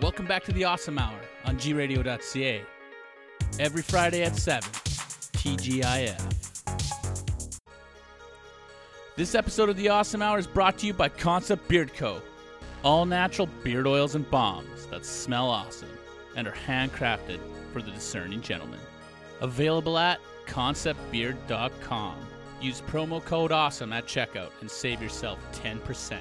Welcome back to the Awesome Hour on gradio.ca. Every Friday at 7, TGIF. This episode of the Awesome Hour is brought to you by Concept Beard Co. All natural beard oils and balms that smell awesome and are handcrafted for the discerning gentleman. Available at conceptbeard.com. Use promo code AWESOME at checkout and save yourself 10%.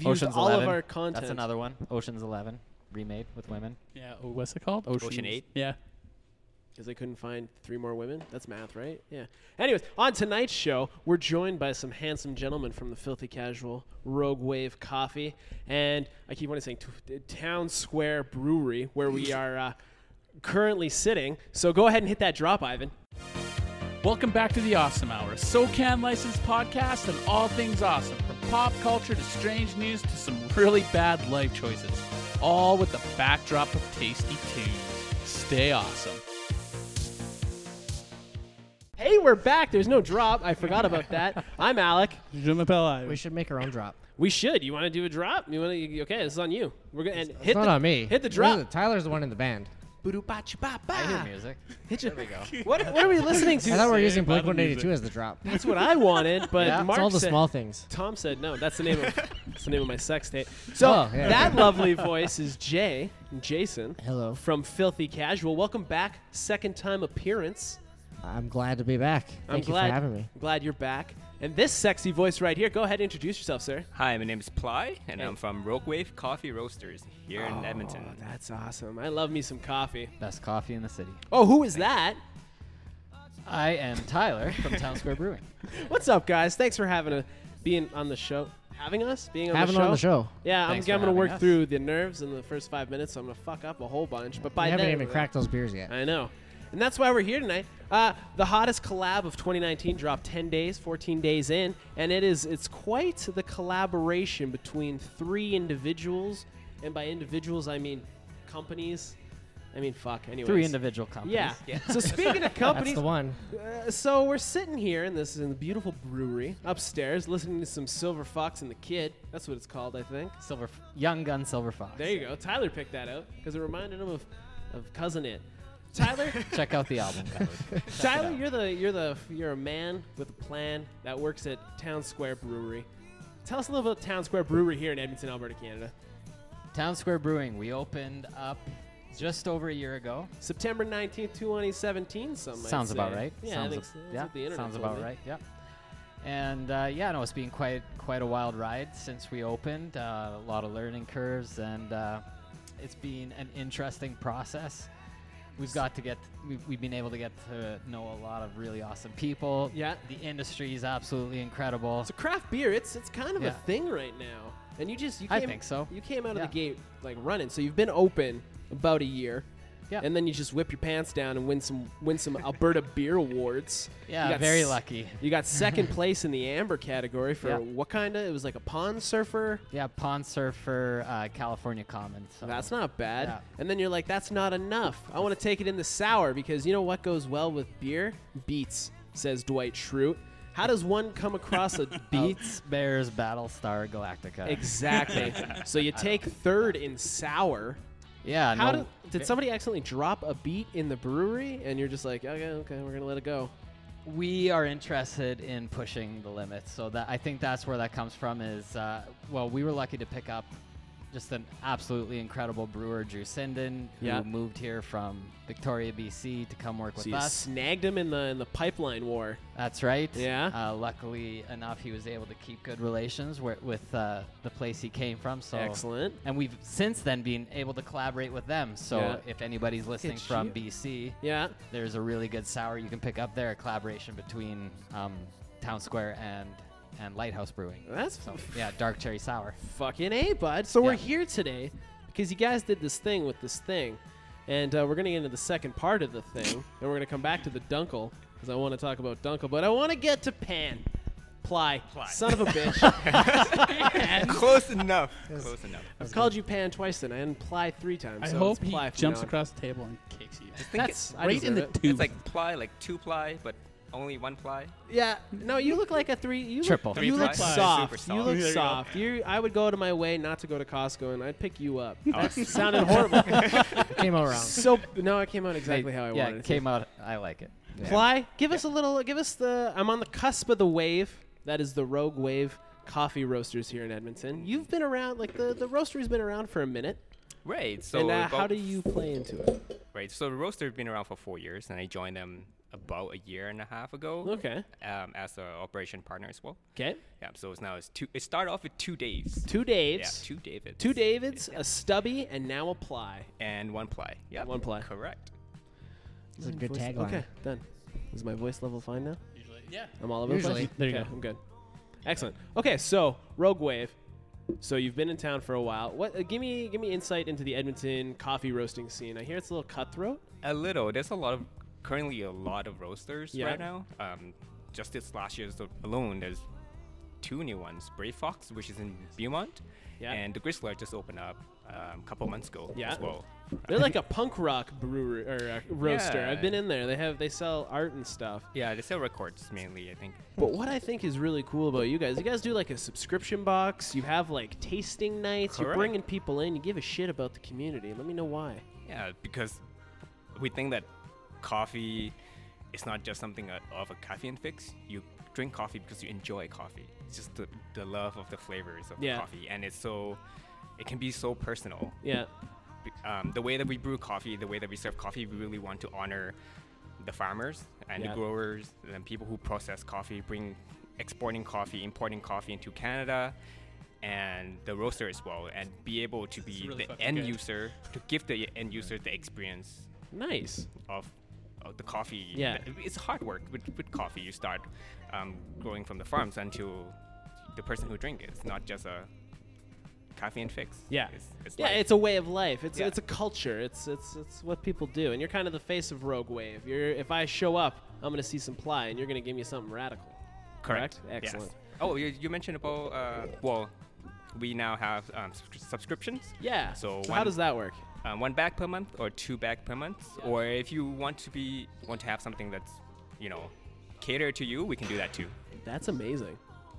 We've used Ocean's all Eleven. of our content. That's another one. Ocean's Eleven remade with women. Yeah, oh, what's it called? Ocean Ocean Eight? Yeah. Because they couldn't find three more women. That's math, right? Yeah. Anyways, on tonight's show, we're joined by some handsome gentlemen from the Filthy Casual Rogue Wave Coffee. And I keep wanting to say t- t- Town Square Brewery, where we are uh, currently sitting. So go ahead and hit that drop, Ivan. Welcome back to the Awesome Hour, a SoCan licensed podcast on all things awesome, from pop culture to strange news to some really bad life choices, all with the backdrop of tasty tunes. Stay awesome. Hey, we're back. There's no drop. I forgot about that. I'm Alec. We should make our own drop. We should. You want to do a drop? You want to? Okay, this is on you. We're gonna and hit it's not the, on me. Hit the What drop. is it? Tyler's the one in the band. I hear music. Hit your, There we go. what, what are we listening to? I thought we were today? using Blink 182 as the drop. That's what I wanted, but Yeah, Mark it's all the said, small things. Tom said no. That's the name of that's the name of my sex tape. So Oh, yeah. that lovely voice is Jay Jason Hello. from Filthy Casual. Welcome back, second time appearance. I'm glad to be back. Thank I'm you glad for having me. Glad you're back. And this sexy voice right here. Go ahead and introduce yourself, sir. Hi, my name is Ply, and Hey. I'm from Rogue Wave Coffee Roasters here in Edmonton. Oh, that's awesome. I love me some coffee. Best coffee in the city. Oh, who is that? I am Tyler from Town Square Brewing. What's up, guys? Thanks for having a being on the show. Having us, being on Having the show. on the show. Yeah, Thanks I'm, I'm for gonna work having us. through the nerves in the first five minutes. So I'm gonna fuck up a whole bunch, but by I haven't then even cracked those beers yet. I know. And that's why we're here tonight. Uh, the hottest collab of 2019 dropped 10 days, 14 days in, and it is it's quite the collaboration between three individuals, and by individuals I mean companies. I mean fuck. Anyway, Three individual companies. Yeah. So speaking of That's companies, the one. uh, so we're sitting here in this in the beautiful brewery upstairs, listening to some Silver Fox and the Kid. That's what it's called, I think. Silver, F- Young Gun Silver Fox. There you go. Tyler picked that out because it reminded him of, of cousin it. Tyler, Check out the album cover. Tyler, you're the you're the you're a man with a plan that works at Town Square Brewery. Tell us a little about Town Square Brewery here in Edmonton, Alberta, Canada. Town Square Brewing. We opened up just over a year ago. September 19th, 2017, some might sounds about say. right. Yeah, sounds I think ab- so. That's yeah, what the internet sounds told about me. right. Yeah. And uh, yeah, no, it's been quite quite a wild ride since we opened. Uh, a lot of learning curves, and uh, it's been an interesting process. We've got to get we've, we've been able to get to know a lot of really awesome people. Yeah. the industry is absolutely incredible. So craft beer, it's it's kind of Yeah. a thing right now, and you just you I came, think so. You came out Yeah. of the gate like running, so you've been open about a year. Yeah. And then you just whip your pants down and win some win some Alberta beer awards. You Yeah, got very s- lucky. You got second place in the amber category for Yeah. what kind of? It was like a pond surfer. Yeah, Pond Surfer, uh, California Common. So That's not bad. Uh-huh. Yeah. And then you're like, that's not enough. I want to take it in the sour because you know what goes well with beer? Beats, says Dwight Schrute. How does one come across Oh. a beat? beats Bears Battlestar Galactica. exactly. So you take third in sour. yeah, How no, do, did somebody accidentally drop a beat in the brewery and you're just like, okay, okay, we're gonna let it go. we are interested in pushing the limits so that i think that's where that comes from is uh, well we were lucky to pick up just an absolutely incredible brewer drew sinden who Yeah. moved here from victoria bc to come work with So you us snagged him in the in the pipeline war. that's right Yeah. uh, luckily enough he was able to keep good relations wi- with uh, the place he came from so Excellent. and we've since then been able to collaborate with them so Yeah. if anybody's listening at from you. bc Yeah. there's a really good sour you can pick up there. A collaboration between um, Town Square and and Lighthouse Brewing. That's So yeah, dark cherry sour. Fucking A, bud. So we're Yeah. here today because you guys did this thing with this thing. And uh, we're going to get into the second part of the thing. and we're going to come back to the Dunkel because I want to talk about Dunkel. But I want to get to Pan. Ply. Ply. Son of a bitch. Close enough. Close enough. I've called you Pan twice tonight and Ply three times. I so hope it's he Ply from jumps now on. across the table and kicks you. I think That's it- I right in deserve the it. tube. it's like ply, like two ply, but Only one ply. Yeah. No, you look like a three. You Triple. Look, you Three look ply. soft. Super You look soft. There you go. soft. You. I would go to my way not to go to Costco, and I'd pick you up. That sweet. sounded horrible. Came out wrong. so no, I came out exactly how I yeah, wanted. it came out. I like it. Yeah. Fly, give us a little. Give us the. I'm on the cusp of the wave. That is the Rogue Wave Coffee Roasters here in Edmonton. You've been around. Like the the roastery's been around for a minute. Right. So and uh, about how do you play into it? Right. So the roaster has been around for four years, and I joined them about a year and a half ago. Okay. Um, as an operation partner as well. Okay. Yeah. So it's now it's two. It started off with two days. Two Daves. Yeah. Two Davids. Two Davids, a stubby, and now a ply. And one ply. Yeah. One ply. Correct. It's a good Voice- tagline. Okay, done. Is my voice level fine now? Usually, yeah. I'm all over the Usually. place? There you go. I'm good. Excellent. Okay, so Rogue Wave. So you've been in town for a while. What? Uh, give me give me insight into the Edmonton coffee roasting scene. I hear it's a little cutthroat. A little. There's a lot of currently a lot of roasters Yeah. right now. Um, just this last year alone, there's two new ones. Brave Fox, which is in Beaumont, Yeah. and the Gristler just opened up um, a couple months ago Yeah. as well. They're like a punk rock brewery or uh, roaster. Yeah. I've been in there. They have they sell art and stuff. Yeah, they sell records mainly, I think. But what I think is really cool about you guys, you guys do like a subscription box. You have like tasting nights. You're Correct. bringing people in. You give a shit about the community. Let me know why. Yeah, because we think that coffee is not just something uh, of a caffeine fix. You drink coffee because you enjoy coffee. It's just the, the love of the flavors of Yeah. coffee, and it's so it can be so personal. Yeah. B- Um, the way that we brew coffee, the way that we serve coffee, we really want to honor the farmers and Yeah. the growers and the people who process coffee, bring exporting coffee, importing coffee into Canada. And the roaster as well, and be able to be really the fucking end good. user to give the end user the experience Nice. of uh, the coffee. Yeah. Th- It's hard work with, with coffee. You start um, growing from the farms until the person who drink it. It's not just a caffeine fix. Yeah. It's, it's Yeah, life. it's a way of life. It's Yeah. it's a culture. It's it's it's what people do. And you're kind of the face of Rogue Wave. You're if I show up, I'm gonna see some ply, and you're gonna give me something radical. Yes. Excellent. Oh, you, you mentioned about, uh, well, we now have um, subscri- subscriptions. Yeah. So how one- does that work? Um, one bag per month or two bag per month. Or if you want to be, want to have something that's, you know, catered to you, we can do that too. That's amazing.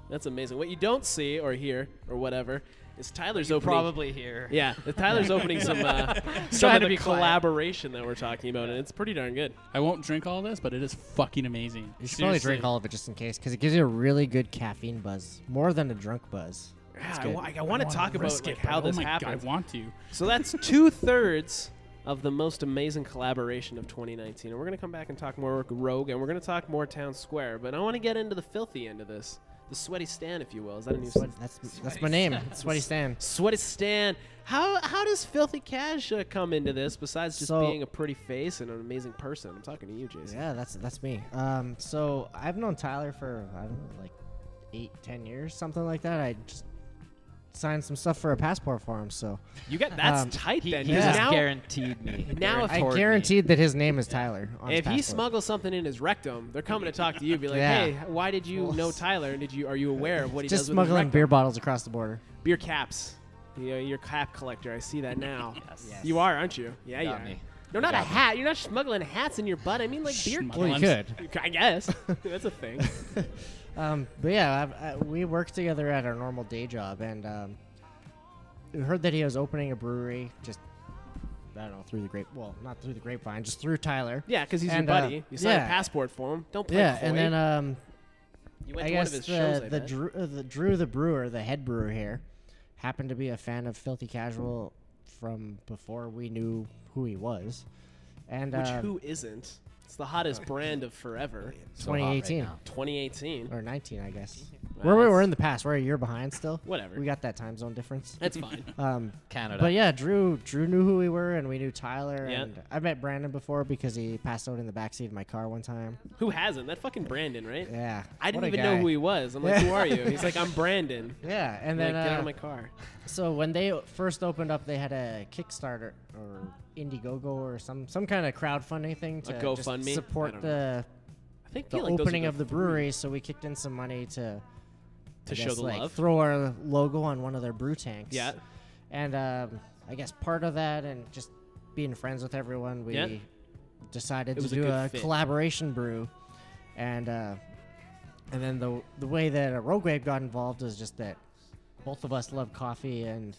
That's amazing. What you don't see or hear or whatever is Tyler's opening. Probably here. Yeah, Tyler's opening some uh, some Trying of to the be quiet. collaboration that we're talking about, and it's pretty darn good. I won't drink all this, but it is fucking amazing. You should probably drink all of it just in case, because it gives you a really good caffeine buzz, more than a drunk buzz. Yeah, I, good. wa- I want to talk about like, how this oh my happened. God, I want to. So that's two thirds of the most amazing collaboration of 2019. And we're going to come back and talk more Rogue, and we're going to talk more Town Square. But I want to get into the filthy end of this. The Sweaty Stan, if you will. Is that a new sweat? That's that's my name. It's Sweaty Stan. Sweaty Stan. How, how does Filthy Cash uh, come into this besides just So- being a pretty face and an amazing person? I'm talking to you, Jason. Yeah, that's that's me. Um, so I've known Tyler for I don't know, like eight, ten years, something like that. I just signed some stuff for a passport for him, so You got that's Um, tight He, then. he 'cause Yeah. just now, guaranteed me. Now if- I Toward me. guaranteed that his name is Tyler. On his if he passport. smuggles something in his rectum, they're coming to talk to you. Be like, Yeah. hey, why did you Well, know Tyler? And Did you are you aware of what he does just with his smuggling rectum? beer bottles across the border. beer caps. You know, you're a cap collector. I see that now. Yes. You are, aren't you? Yeah, you Got are. me. No, not a hat. You're not smuggling hats in your butt. I mean, like beer. Schmuck. Well, you Well, I'm s- could. I guess that's a thing. Um, but yeah, I've, I, we worked together at our normal day job, and um, we heard that he was opening a brewery. Just I don't know through the grape. Well, not through the grapevine, just through Tyler. Yeah, because he's And, your uh, buddy. you signed a yeah. passport for him. Don't play Yeah, coy. and then um, you went I to guess one of his the, shows. I the, bet. Drew, uh, the Drew the brewer, the head brewer here, happened to be a fan of Filthy Casual from before we knew who he was, and Which um, who isn't? It's the hottest brand of forever. So hot right 2018. now. 2018. or 19, I guess. We're, we're in the past. We're a year behind still. Whatever. We got that time zone difference. That's fine. Um, Canada. But yeah, Drew Drew knew who we were, and we knew Tyler. Yeah. And I met Brandon before because he passed out in the backseat of my car one time. who hasn't? That fucking Brandon, right? Yeah, I didn't what a even guy. know who he was. I'm like, Yeah. who are you? He's like, I'm Brandon. Yeah, and I'm then like, get out uh, of my car. so when they first opened up, they had a Kickstarter or Indiegogo or some some kind of crowdfunding thing to just GoFundMe? I support don't the I think the feel like those are opening of the three brewery. So we kicked in some money to I to show guess, the like, love. Throw our logo on one of their brew tanks. Yeah. And um, I guess part of that and just being friends with everyone, we Yeah. decided It to was a do good a, fit. collaboration brew. and uh, and then the the way that uh, Rogue Wave got involved is just that both of us love coffee, and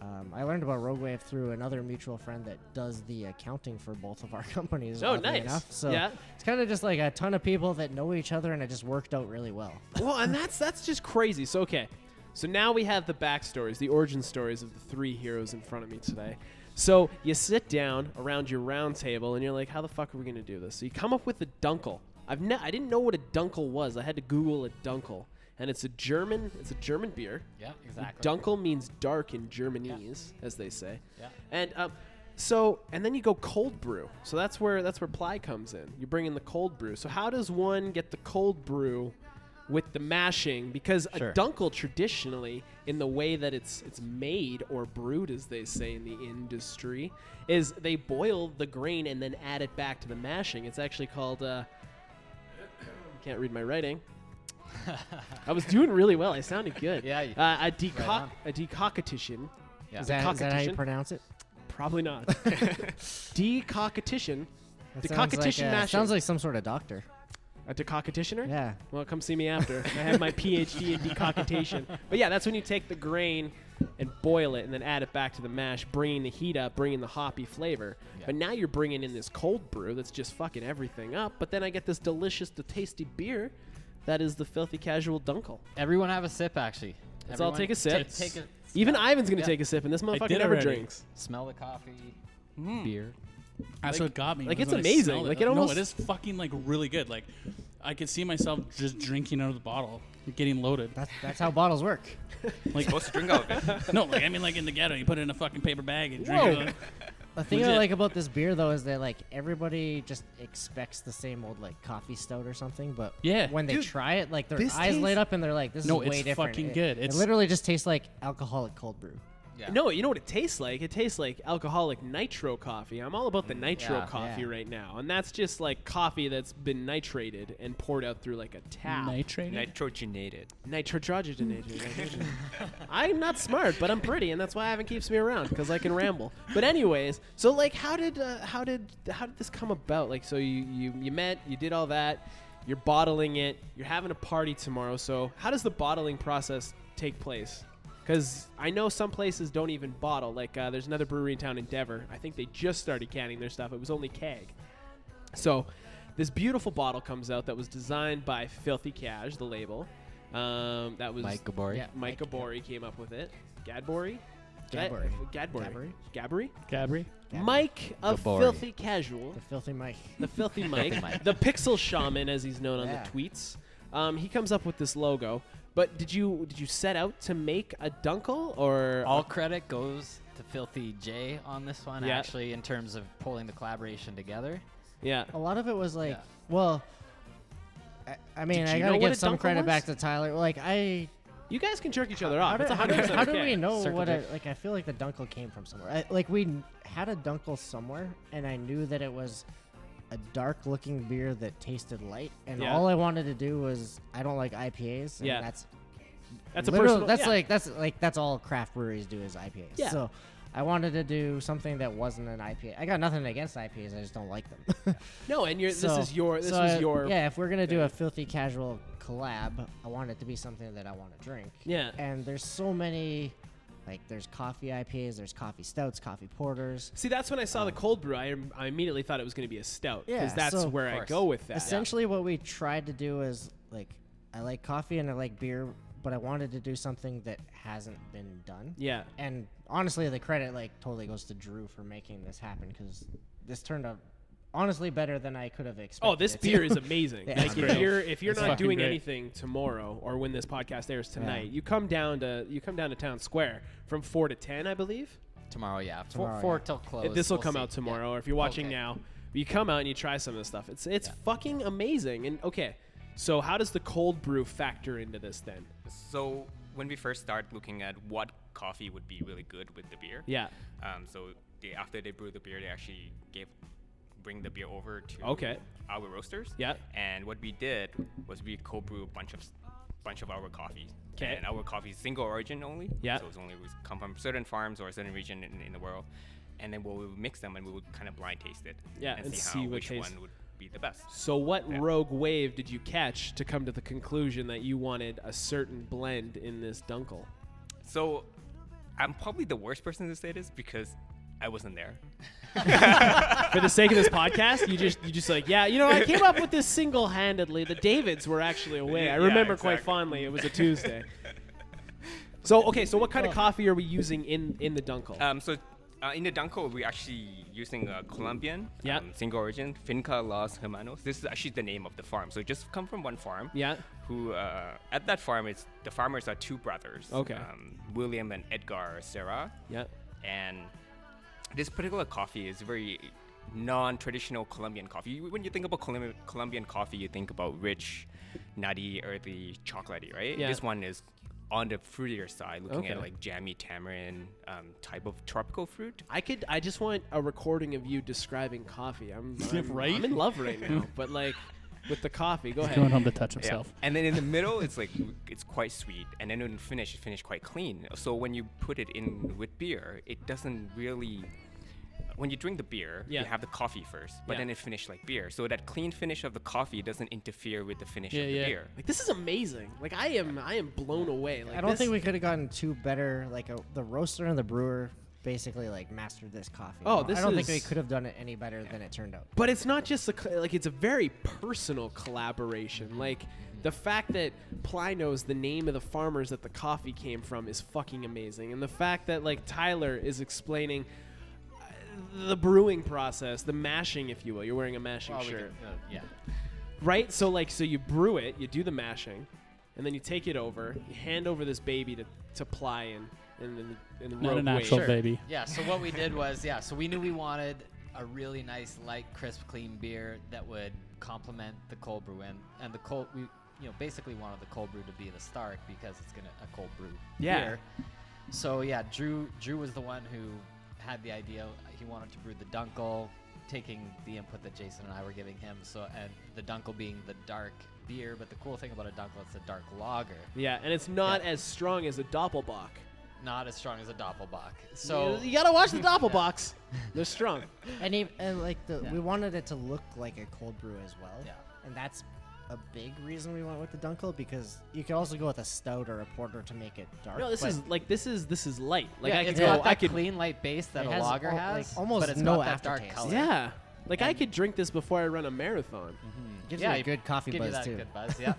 um, I learned about Rogue Wave through another mutual friend that does the accounting for both of our companies. Oh, oddly nice. Enough. So Yeah. it's kind of just like a ton of people that know each other, and it just worked out really well. well, and that's that's just crazy. So okay, so now we have the backstories, the origin stories of the three heroes in front of me today. So you sit down around your round table and you're like, how the fuck are we gonna do this? So you come up with a dunkel. I've ne- I didn't know what a dunkel was. I had to Google a dunkel, and it's a German it's a German beer. Yeah, exactly. Dunkel means dark in Germanese, as they say. Yeah. And um, so, and then you go cold brew. So that's where that's where ply comes in. You bring in the cold brew. So how does one get the cold brew with the mashing? Because Sure. a dunkel traditionally, in the way that it's it's made or brewed, as they say in the industry, is they boil the grain and then add it back to the mashing. It's actually called. Uh, can't read my writing. I was doing really well. I sounded good. Yeah, you- Uh, a Right decock, on. a decocketition. Yeah. Is that, is that how you Cockatition? pronounce it? Probably not. decocketition. That The sounds like, cockatition uh, mashing. sounds like some sort of doctor. A decocketioner? Yeah. Well, come see me after. I have my PhD in decocketation. But yeah, that's when you take the grain and boil it and then add it back to the mash, bringing the heat up, bringing the hoppy flavor. Yeah. But now you're bringing in this cold brew that's just fucking everything up. But then I get this delicious, the tasty beer that is the filthy casual dunkel. Everyone have a sip, actually. Let's all Everyone take a sip. Take, take a Even Ivan's going to Yeah. take a sip, and this motherfucker did never already. drinks. smell the coffee, Hmm. beer. That's what got me. like, was it's when I amazing. smelled Like, it no, almost- it is fucking like really good. Like I could see myself just drinking out of the bottle, getting loaded. That's, that's how bottles work. You're supposed to drink out of it. no, like I mean, like in the ghetto, you put it in a fucking paper bag and drink Whoa. it. The thing I Legit. like about this beer though is that like everybody just expects the same old like coffee stout or something, but Yeah. when they Dude, try it, like their eyes this tastes- light up and they're like, "This No, is way it's different." fucking It- good. It, It's- literally just tastes like alcoholic cold brew. Yeah. No, you know what it tastes like? It tastes like alcoholic nitro coffee. I'm all about the nitro Mm, yeah, coffee yeah. right now. And that's just like coffee that's been nitrated and poured out through like a tap. Nitrate. Nitrogenated. Nitrogenated. I'm not smart, but I'm pretty, and that's why Ivan keeps me around because I can ramble. But anyways, so like, how did uh, how did how did this come about? Like, so you, you you met, you did all that, you're bottling it, you're having a party tomorrow. So how does the bottling process take place? Because I know some places don't even bottle. Like, uh, there's another brewery in town, Endeavor. I think they just started canning their stuff. It was only keg. So, this beautiful bottle comes out that was designed by Filthy Cash, the label. Um, that was Mike Gabori. Yeah. Mike Gabori came up with it. Gadbori? Gadbury. Gadbori. Gadbury. Gabori? Gabri. Mike of Gabori. Filthy Casual. The filthy mic. The Filthy Mike. Mike. the Pixel Shaman, as he's known on Yeah. the tweets. Um, he comes up with this logo. But did you did you set out to make a dunkel or All credit goes to Filthy J on this one, Yeah. actually, in terms of pulling the collaboration together. yeah? A lot of it was like, Yeah. well, I, I mean, Did I you gotta know what give a some dunkel credit was? back to Tyler. Like I, You guys can jerk each other off. how, do, It's how, do, 100% how do okay. we know Circle what? I, jerk. like I feel like the dunkel came from somewhere. I, like we n- had a dunkel somewhere, and I knew that it was a dark-looking beer that tasted light, and Yeah. all I wanted to do was I don't like IPAs. And Yeah. that's That's a Literally, personal. That's yeah. like that's like that's all craft breweries do is IPAs. Yeah. So I wanted to do something that wasn't an IPA. I got nothing against IPAs. I just don't like them. no, and you're, So- this is your this so is I- your yeah. If we're gonna do a thing. filthy casual collab, I want it to be something that I want to drink. Yeah. And there's so many, like there's coffee IPAs, there's coffee stouts, coffee porters. See, that's when I saw the cold brew. I, I immediately thought it was going to be a stout Yeah, because that's so- where Of I course. go with that. Essentially, what we tried to do is like I like coffee and I like beer, but I wanted to do something that hasn't been done. Yeah. and honestly the credit like totally goes to drew for making this happen because this turned out honestly better than i could have expected Oh, this it to. beer is amazing. Yeah, like it's if great. you're if you're It's not fucking doing great. anything tomorrow or when this podcast airs tonight, you come down to you come down to town square from four to ten, I believe. Tomorrow, yeah. Four, Tomorrow, four yeah. till close. this will Oh, We'll come see. out Yeah. tomorrow, or if you're watching Okay. now, you come out and you try some of this stuff. It's it's fucking amazing. And okay, so how does the cold brew factor into this then? So when we first started looking at what coffee would be really good with the beer, Yeah. Um, so they, after they brew the beer, they actually gave bring the beer over to Okay. our roasters. Yeah. And what we did was we co-brew a bunch of s- bunch of our coffees. 'Kay. And our coffee is single origin only. Yeah. So it's only was come from certain farms or a certain region in, in the world. And then we'll mix them and we would kind of blind taste it. Yeah, and see, see how what which taste- one would be the best. So, what Yeah. rogue wave did you catch to come to the conclusion that you wanted a certain blend in this dunkel? So I'm probably the worst person to say this because I wasn't there. For the sake of this podcast, you just you just like yeah, you know, I came up with this single-handedly. The Davids were actually away. I Yeah, remember quite exactly. fondly. It was a Tuesday. So okay, so what kind of coffee are we using in in the dunkel? Um, so uh, in the Dunkel, we're actually using uh, Colombian, Yeah. um, single origin, Finca Los Hermanos. This is actually the name of the farm. So it just come from one farm. yeah, Who uh, at that farm? It's the farmers are two brothers. Okay. Um, William and Edgar Serra. yeah, and this particular coffee is very non-traditional Colombian coffee. You- When you think about Colombian, Colombian coffee, you think about rich, nutty, earthy, chocolatey, right? Yeah. This one is on the fruitier side, looking at Okay. like jammy tamarind um, type of tropical fruit. I could. I just want a recording of you describing coffee. I'm, I'm Right? I'm in love right now, but like with the coffee. Go Going ahead. home to touch himself. And then in the middle, it's like it's quite sweet, and then in the finish, it's finished quite clean. So when you put it in with beer, it doesn't really. When you drink the beer, Yeah. you have the coffee first, but Yeah. then it finished like beer. So that clean finish of the coffee doesn't interfere with the finish Yeah, of the yeah. beer. Like this is amazing. Like I am, I am blown away. Like I don't this- think we could have gotten two better. Like a, the roaster and the brewer basically like mastered this coffee. Oh, I don't- this I don't is- think we could have done it any better than it turned out. But it's not just a cl- like it's a very personal collaboration. Like the fact that Ply knows the name of the farmers that the coffee came from is fucking amazing, and the fact that like Tyler is explaining uh, the brewing process, the mashing, if you will. You're wearing a mashing Well, we shirt, could- uh, yeah. right? So like, so you brew it, you do the mashing, and then you take it over, you hand over this baby to to Ply and and then and the Not rogue an wave. actual baby. Yeah, so what we did was, yeah, so we knew we wanted a really nice, light, crisp, clean beer that would complement the cold brew. And, and the cold, we, you know, basically wanted the cold brew to be the start because it's going to, a cold brew Yeah. beer. So yeah, Drew, Drew was the one who had the idea. He wanted to brew the Dunkel, taking the input that Jason and I were giving him. So, and the Dunkel being the dark beer, but the cool thing about a Dunkel, it's a dark lager, Yeah, and it's not Yeah. as strong as a doppelbock. not as strong as a Doppelbock. So, you, you gotta watch the doppelbocks. They're strong. And, even, and like the, Yeah. we wanted it to look like a cold brew as well. Yeah. And that's a big reason we went with the Dunkel because you could also go with a stout or a porter to make it dark. No, this but is like this is this is light. Like yeah, I could it's go. got that I could. clean light base that It a has lager al- has, like, almost but it's no got that dark aftertaste. color. Yeah. Like I And- Mm-hmm. could drink this before I run a marathon. gives yeah, you a you- good coffee Give you buzz that too. good buzz, yeah.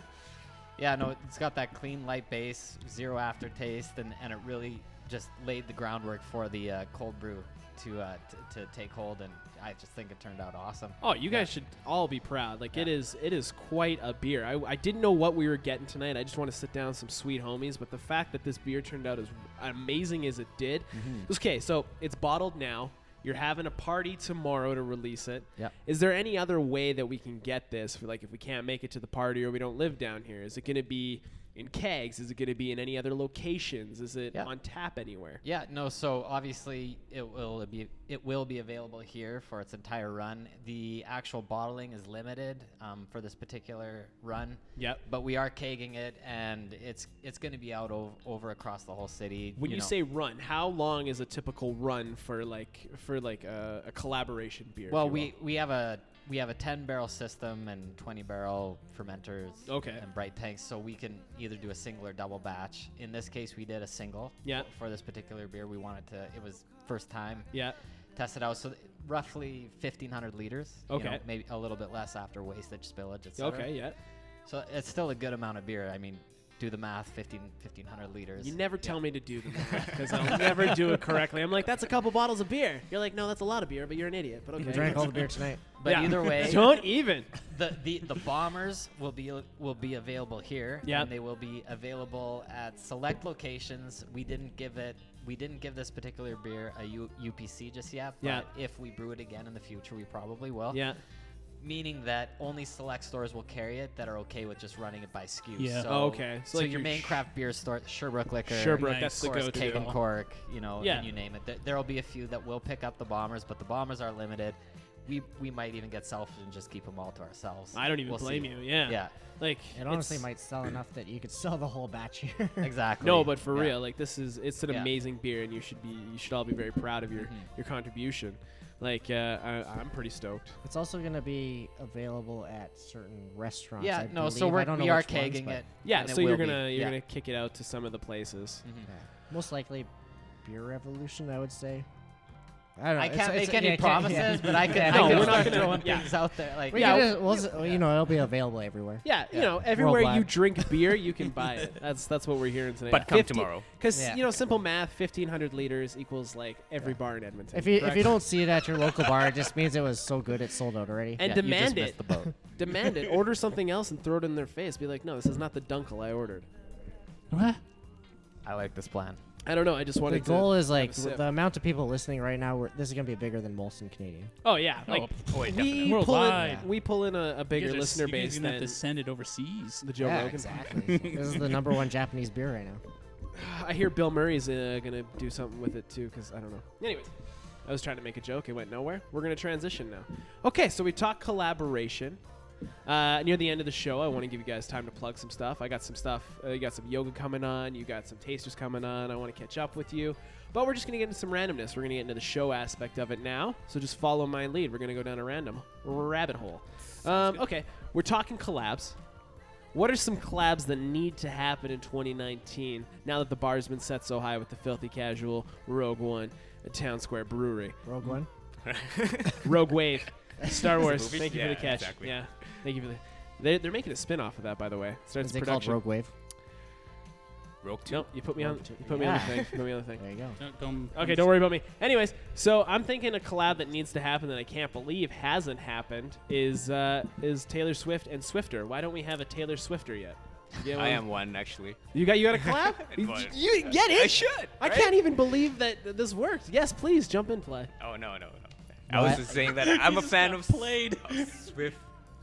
yeah, no, it's got that clean light base, zero aftertaste, and, and it really just laid the groundwork for the uh, cold brew to, uh, t- to take hold, and I just think it turned out awesome. Oh, you guys should all be proud. Like it Yeah. is, it is quite a beer. I, I didn't know what we were getting tonight. I just want to sit down with some sweet homies. But the fact that this beer turned out as amazing as it did. Mm-hmm. Okay, so it's bottled now. You're having a party tomorrow to release it. Yep. Is there any other way that we can get this? For like, if we can't make it to the party or we don't live down here, is it going to be in kegs? Is it going to be in any other locations? Is it Yeah. on tap anywhere? Yeah, no. So obviously, it will be it will be available here for its entire run. The actual bottling is limited um, for this particular run. Yep. But we are kegging it, and it's it's going to be out over, over across the whole city. When you, know. say run, how long is a typical run for like for like a, a collaboration beer? if well, you will? we we have a we have a 10 barrel system and 20 barrel fermenters Okay. and bright tanks so we can either do a single or double batch in this case we did a single Yeah. for this particular beer we wanted to it was first time yeah. test it out. So th- roughly 1,500 liters. you know, Okay. maybe a little bit less after wastage, spillage, etc. Okay, yeah. So it's still a good amount of beer. I mean, do the math, 15, 1,500 liters. You never tell me to do them because I'll never do it correctly. I'm like, that's a couple bottles of beer. You're like, no, that's a lot of beer, but you're an idiot. But okay. We drank all the beer tonight. But Yeah. either way, don't even. the, the, the bombers will be will be available here. Yeah. And they will be available at select locations. We didn't give it. We didn't give this particular beer a U, UPC just yet. But Yeah. If we brew it again in the future, we probably will. Yeah. meaning that only select stores will carry it that are okay with just running it by SKU. Yeah. So, Oh, okay. So So, like your your main sh- craft beer store, Sherbrooke Liquor, Sherbrooke, Nice. that's the of course, go-to. Keg and Cork, you know, Yeah. and you name it. There will be a few that will pick up the bombers, but the bombers are limited. we we might even get selfish and just keep them all to ourselves. I don't even We'll blame see. you. Yeah. Yeah, Like It honestly it's- might sell enough that you could sell the whole batch here. exactly. No, but for Yeah. real, like this is it's an Yeah. amazing beer, and you should be you should all be very proud of your Mhm. your contribution. Like uh, I, I'm pretty stoked. it's also going to be available at certain restaurants. Yeah, I no. So believe. I we're don't know we are which ones, kegging but it. Yeah, and it so you're will be. gonna you're Yeah. gonna kick it out to some of the places. Mhm. yeah. Most likely, Beer Revolution. I would say. I don't know. I it's- can't it's- make any yeah, I can't- promises, yeah. but I can. No, I can we're not start gonna- throwing yeah. things out there. Like, We Yeah, yeah, we'll- we'll, s- you know, it'll be available everywhere. Yeah, you Yeah. know, everywhere you Worldwide. drink beer, you can buy it. That's that's what we're hearing today. But come tomorrow. because Yeah. you know, simple math: fifteen hundred liters equals like every bar in Edmonton. If you if you correct? don't see it at your local bar, it just means it was so good it sold out already. and Yeah, you just demand missed it, the boat. demand it, order something else and throw it in their face. Be like, no, this is not the Dunkel I ordered. What? I like this plan. I don't know. I just the wanted goal to. is like sip. the amount of people listening right now. We're, this is gonna be bigger than Molson Canadian. oh yeah, like Oh, wait, definitely. we pull Worldwide. in we pull in a, a You bigger guys are- listener you guys base are gonna than have to send it overseas. the Joe Rogan. exactly. this is the number one Japanese beer right now. I hear Bill Murray's uh, gonna do something with it too, because I don't know. Anyways, I was trying to make a joke, it went nowhere. We're gonna transition now. Okay, so we talked collaboration. Uh, near the end of the show, I want to give you guys time to plug some stuff. I got some stuff. Uh, you got some yoga coming on. You got some tasters coming on. I want to catch up with you, but we're just gonna get into some randomness. We're gonna get into the show aspect of it now. So just follow my lead. We're gonna go down a random rabbit hole. Um, okay, we're talking collabs. What are some collabs that need to happen in 2019 now that the bar's been set so high with the Filthy Casual, Rogue One, and Town Square Brewery, Rogue One. Rogue Wave, Star Wars? movie? Thank you for Yeah, the catch. exactly. Yeah, thank you for the. They're, they're making a spin off of that, by the way. Starts Is it called production. Rogue Wave? Rogue Two. Nope, you put me on. Rogue two. You put me on the Yeah. thing. You put me on the thing. There you go. No, don't- Okay, don't worry about me. Anyways, so I'm thinking a collab that needs to happen that I can't believe hasn't happened is uh, is Taylor Swift and Swifter. Why don't we have a Taylor Swifter yet? You get I one? am one actually. You got you got a collab? you, Fine. you get it? I should, I right? can't even believe that th- this worked. Yes, please jump in, play. Oh no, no, no. I was What? just saying that I'm a Just fan got of played. of Swift.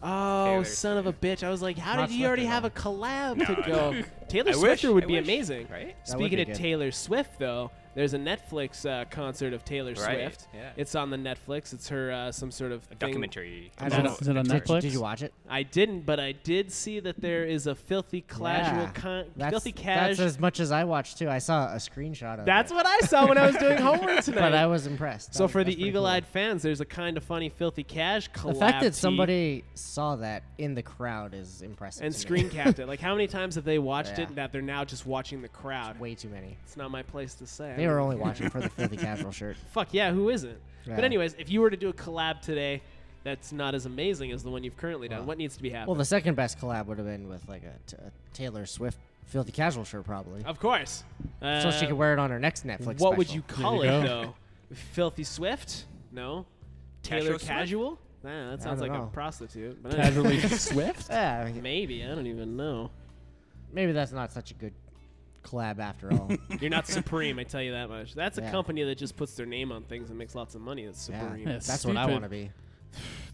Oh, Taylor son of a bitch! I was like, how Not did you already Swifter, have a collab No, to I go? know. Taylor I Swifter wish, would I be wish, amazing. right? That would Speaking be of good. Taylor Swift, though, there's a Netflix uh, concert of Taylor Right, Swift. yeah. It's on the Netflix. It's her uh, some sort of A thing- documentary. Oh. I Is it, don't is it on Did, Netflix? did you watch it? I didn't, but I did see that there is a filthy casual Yeah. con- That's, filthy That's casual. as much as I watched too. I saw a screenshot of That's it. what I saw when I was doing homework tonight. But I was impressed. so That- for that's the pretty eagle-eyed cool. fans, there's a kind of funny filthy cash collab. the fact that tee. somebody saw that in the crowd is impressive. and to me. screen capped it. Like how many times have they watched Yeah. it that they're now just watching the crowd? way too many. It's not my place to say. I They were mean, only watching for the filthy casual shirt. fuck yeah, who isn't? Yeah. But anyways, if you were to do a collab today, that's not as amazing as the one you've currently done. What needs to be happening? Well, the second best collab would have been with like a, t- a Taylor Swift filthy casual shirt, probably. of course. so Uh, she could wear it on her next Netflix. what would you special. call you it go. though? Filthy Swift? No. Taylor Casual Swift? Casual? Nah, that sounds don't like a know. prostitute. But I- Casually Swift? Yeah, I mean, maybe I don't even know. maybe that's not such a good collab after all. You're not Supreme, I tell you that much. That's a Yeah. company that just puts their name on things and makes lots of money. That's yeah, Supreme. that's That's what I stupid. want to be.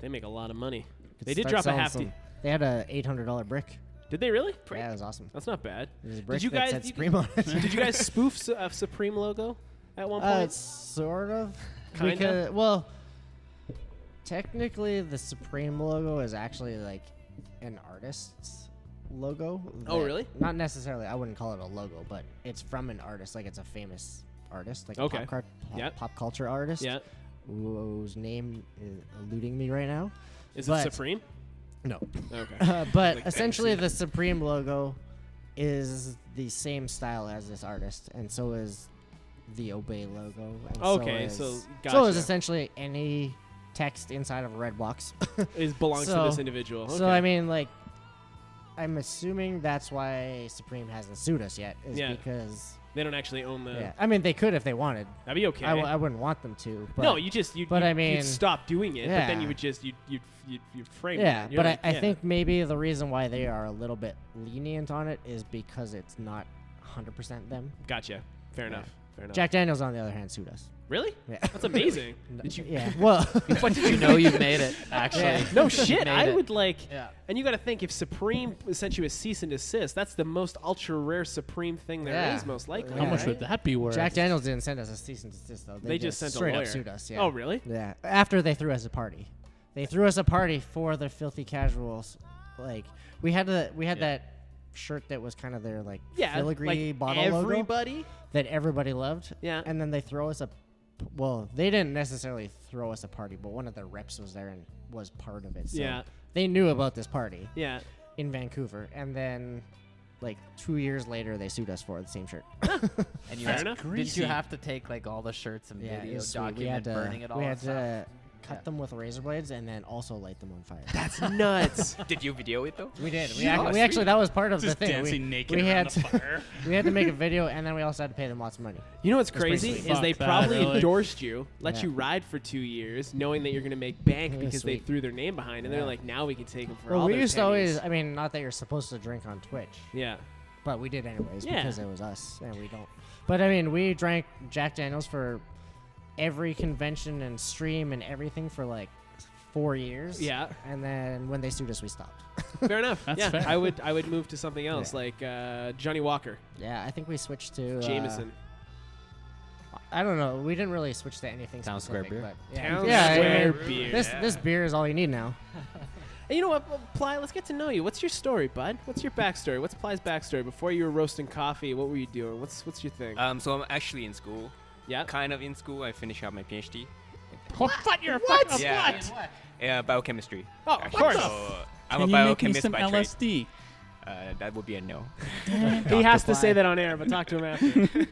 They make a lot of money. Could they did start drop a selling half. some- de- They had a eight hundred dollar brick. Did they really? Yeah, it was awesome. That's not bad. It was a brick Oh. Did you that guys said you- Supreme on it. did you guys spoof Su- uh, Supreme logo at one uh, point? sort of. Kinda? Because, well, technically, the Supreme logo is actually like an artist's logo. Oh, that- really? Not necessarily. I wouldn't call it a logo, but it's from an artist. Like it's a famous artist, like Okay. a pop, cart, pop, Yep. pop culture artist. yeah. Whose name is eluding me right now. Is but- it Supreme? No. Okay. Uh, but Like essentially, the Supreme logo is the same style as this artist, and so is the Obey logo. and Okay, so is- so is gotcha. essentially any text inside of a red box. It belongs to this So- individual. Okay. So I mean, like, I'm assuming that's why Supreme hasn't sued us yet, is Yeah. because they don't actually own the. yeah. I mean, they could if they wanted. That'd be okay. I, w- I wouldn't want them to. But no, you just you. but you, I mean- you'd stop doing it, but then you Yeah. would just you you you you frame Yeah, it. You're but like, I, I yeah. think maybe the reason why they are a little bit lenient on it is because it's not 100% them. Gotcha. Fair enough. Fair enough. Jack Daniels, on the other hand, sued us. really? Yeah. That's amazing. Did you? yeah. Well, What did You you know you've made it. Actually, No You've shit. made I it. would like. Yeah. And you got to think if Supreme sent you a cease and desist, that's the most ultra rare Supreme thing there is, Yeah. most likely. How Yeah, much right? would that be worth? Jack Daniels didn't send us a cease and desist though. They, They just sent a straight lawyer. up sued us. Yeah. Oh, really? Yeah. After they threw us a party. Oh, really? They threw us a party for the filthy casuals. Like we had the we had Yeah. that shirt that was kind of their like Yeah, filigree like bottle logo everybody. that everybody loved. Yeah. And then they throw us a well, they didn't necessarily throw us a party, but one of their reps was there and was part of it. So Yeah. they knew about this party Yeah. in Vancouver. And then like two years later they sued us for the same shirt. And you Fair had- enough. did Greasy. you have to take like all the shirts and Yeah, it video was sweet. We document had to, burning it all? We and had stuff? to cut Yeah. them with razor blades and then also light them on fire. That's nuts. Did you video it though? we did. We, Yeah, ac- we sweet. actually that was part of Just the thing. dancing we, naked we around had the to, fire. we had to make a video and then we also had to pay them lots of money. you know what's pretty crazy sweet. is they Fuck that, probably really. endorsed you, let Yeah. you ride for two years, knowing that you're gonna make bank Yeah, because they sweet. threw their name behind, and they're Yeah. like, now we can take them for Well, all we their used to pennies. always I mean, not that you're supposed to drink on Twitch. Yeah. But we did anyways Yeah. because it was us and we don't. But I mean, we drank Jack Daniels for every convention and stream and everything for like four years. Yeah. And then when they sued us, we stopped. Fair enough. That's yeah. fair. I would. I would move to something else Yeah. like uh, Johnny Walker, yeah, I think we switched to uh, Jameson. I don't know. We didn't really switch to anything Town Square specific. beer. But yeah, Town yeah, I Square mean, beer. This this beer is all you need now. Hey, you know what, Ply? Let's get to know you. What's your story, bud? What's your backstory? What's Ply's backstory? Before you were roasting coffee, what were you doing? What's What's your thing? Um, so I'm actually in school, yeah. Uh, kind of in school. I finished up my PhD. What? You're What? fucking- Yeah. Yeah, biochemistry. Oh, of actually. course. So, uh, Can you I'm a make me biochemist some by trade. LSD? Uh, that would be a no. He has to say that on air, but talk to him after.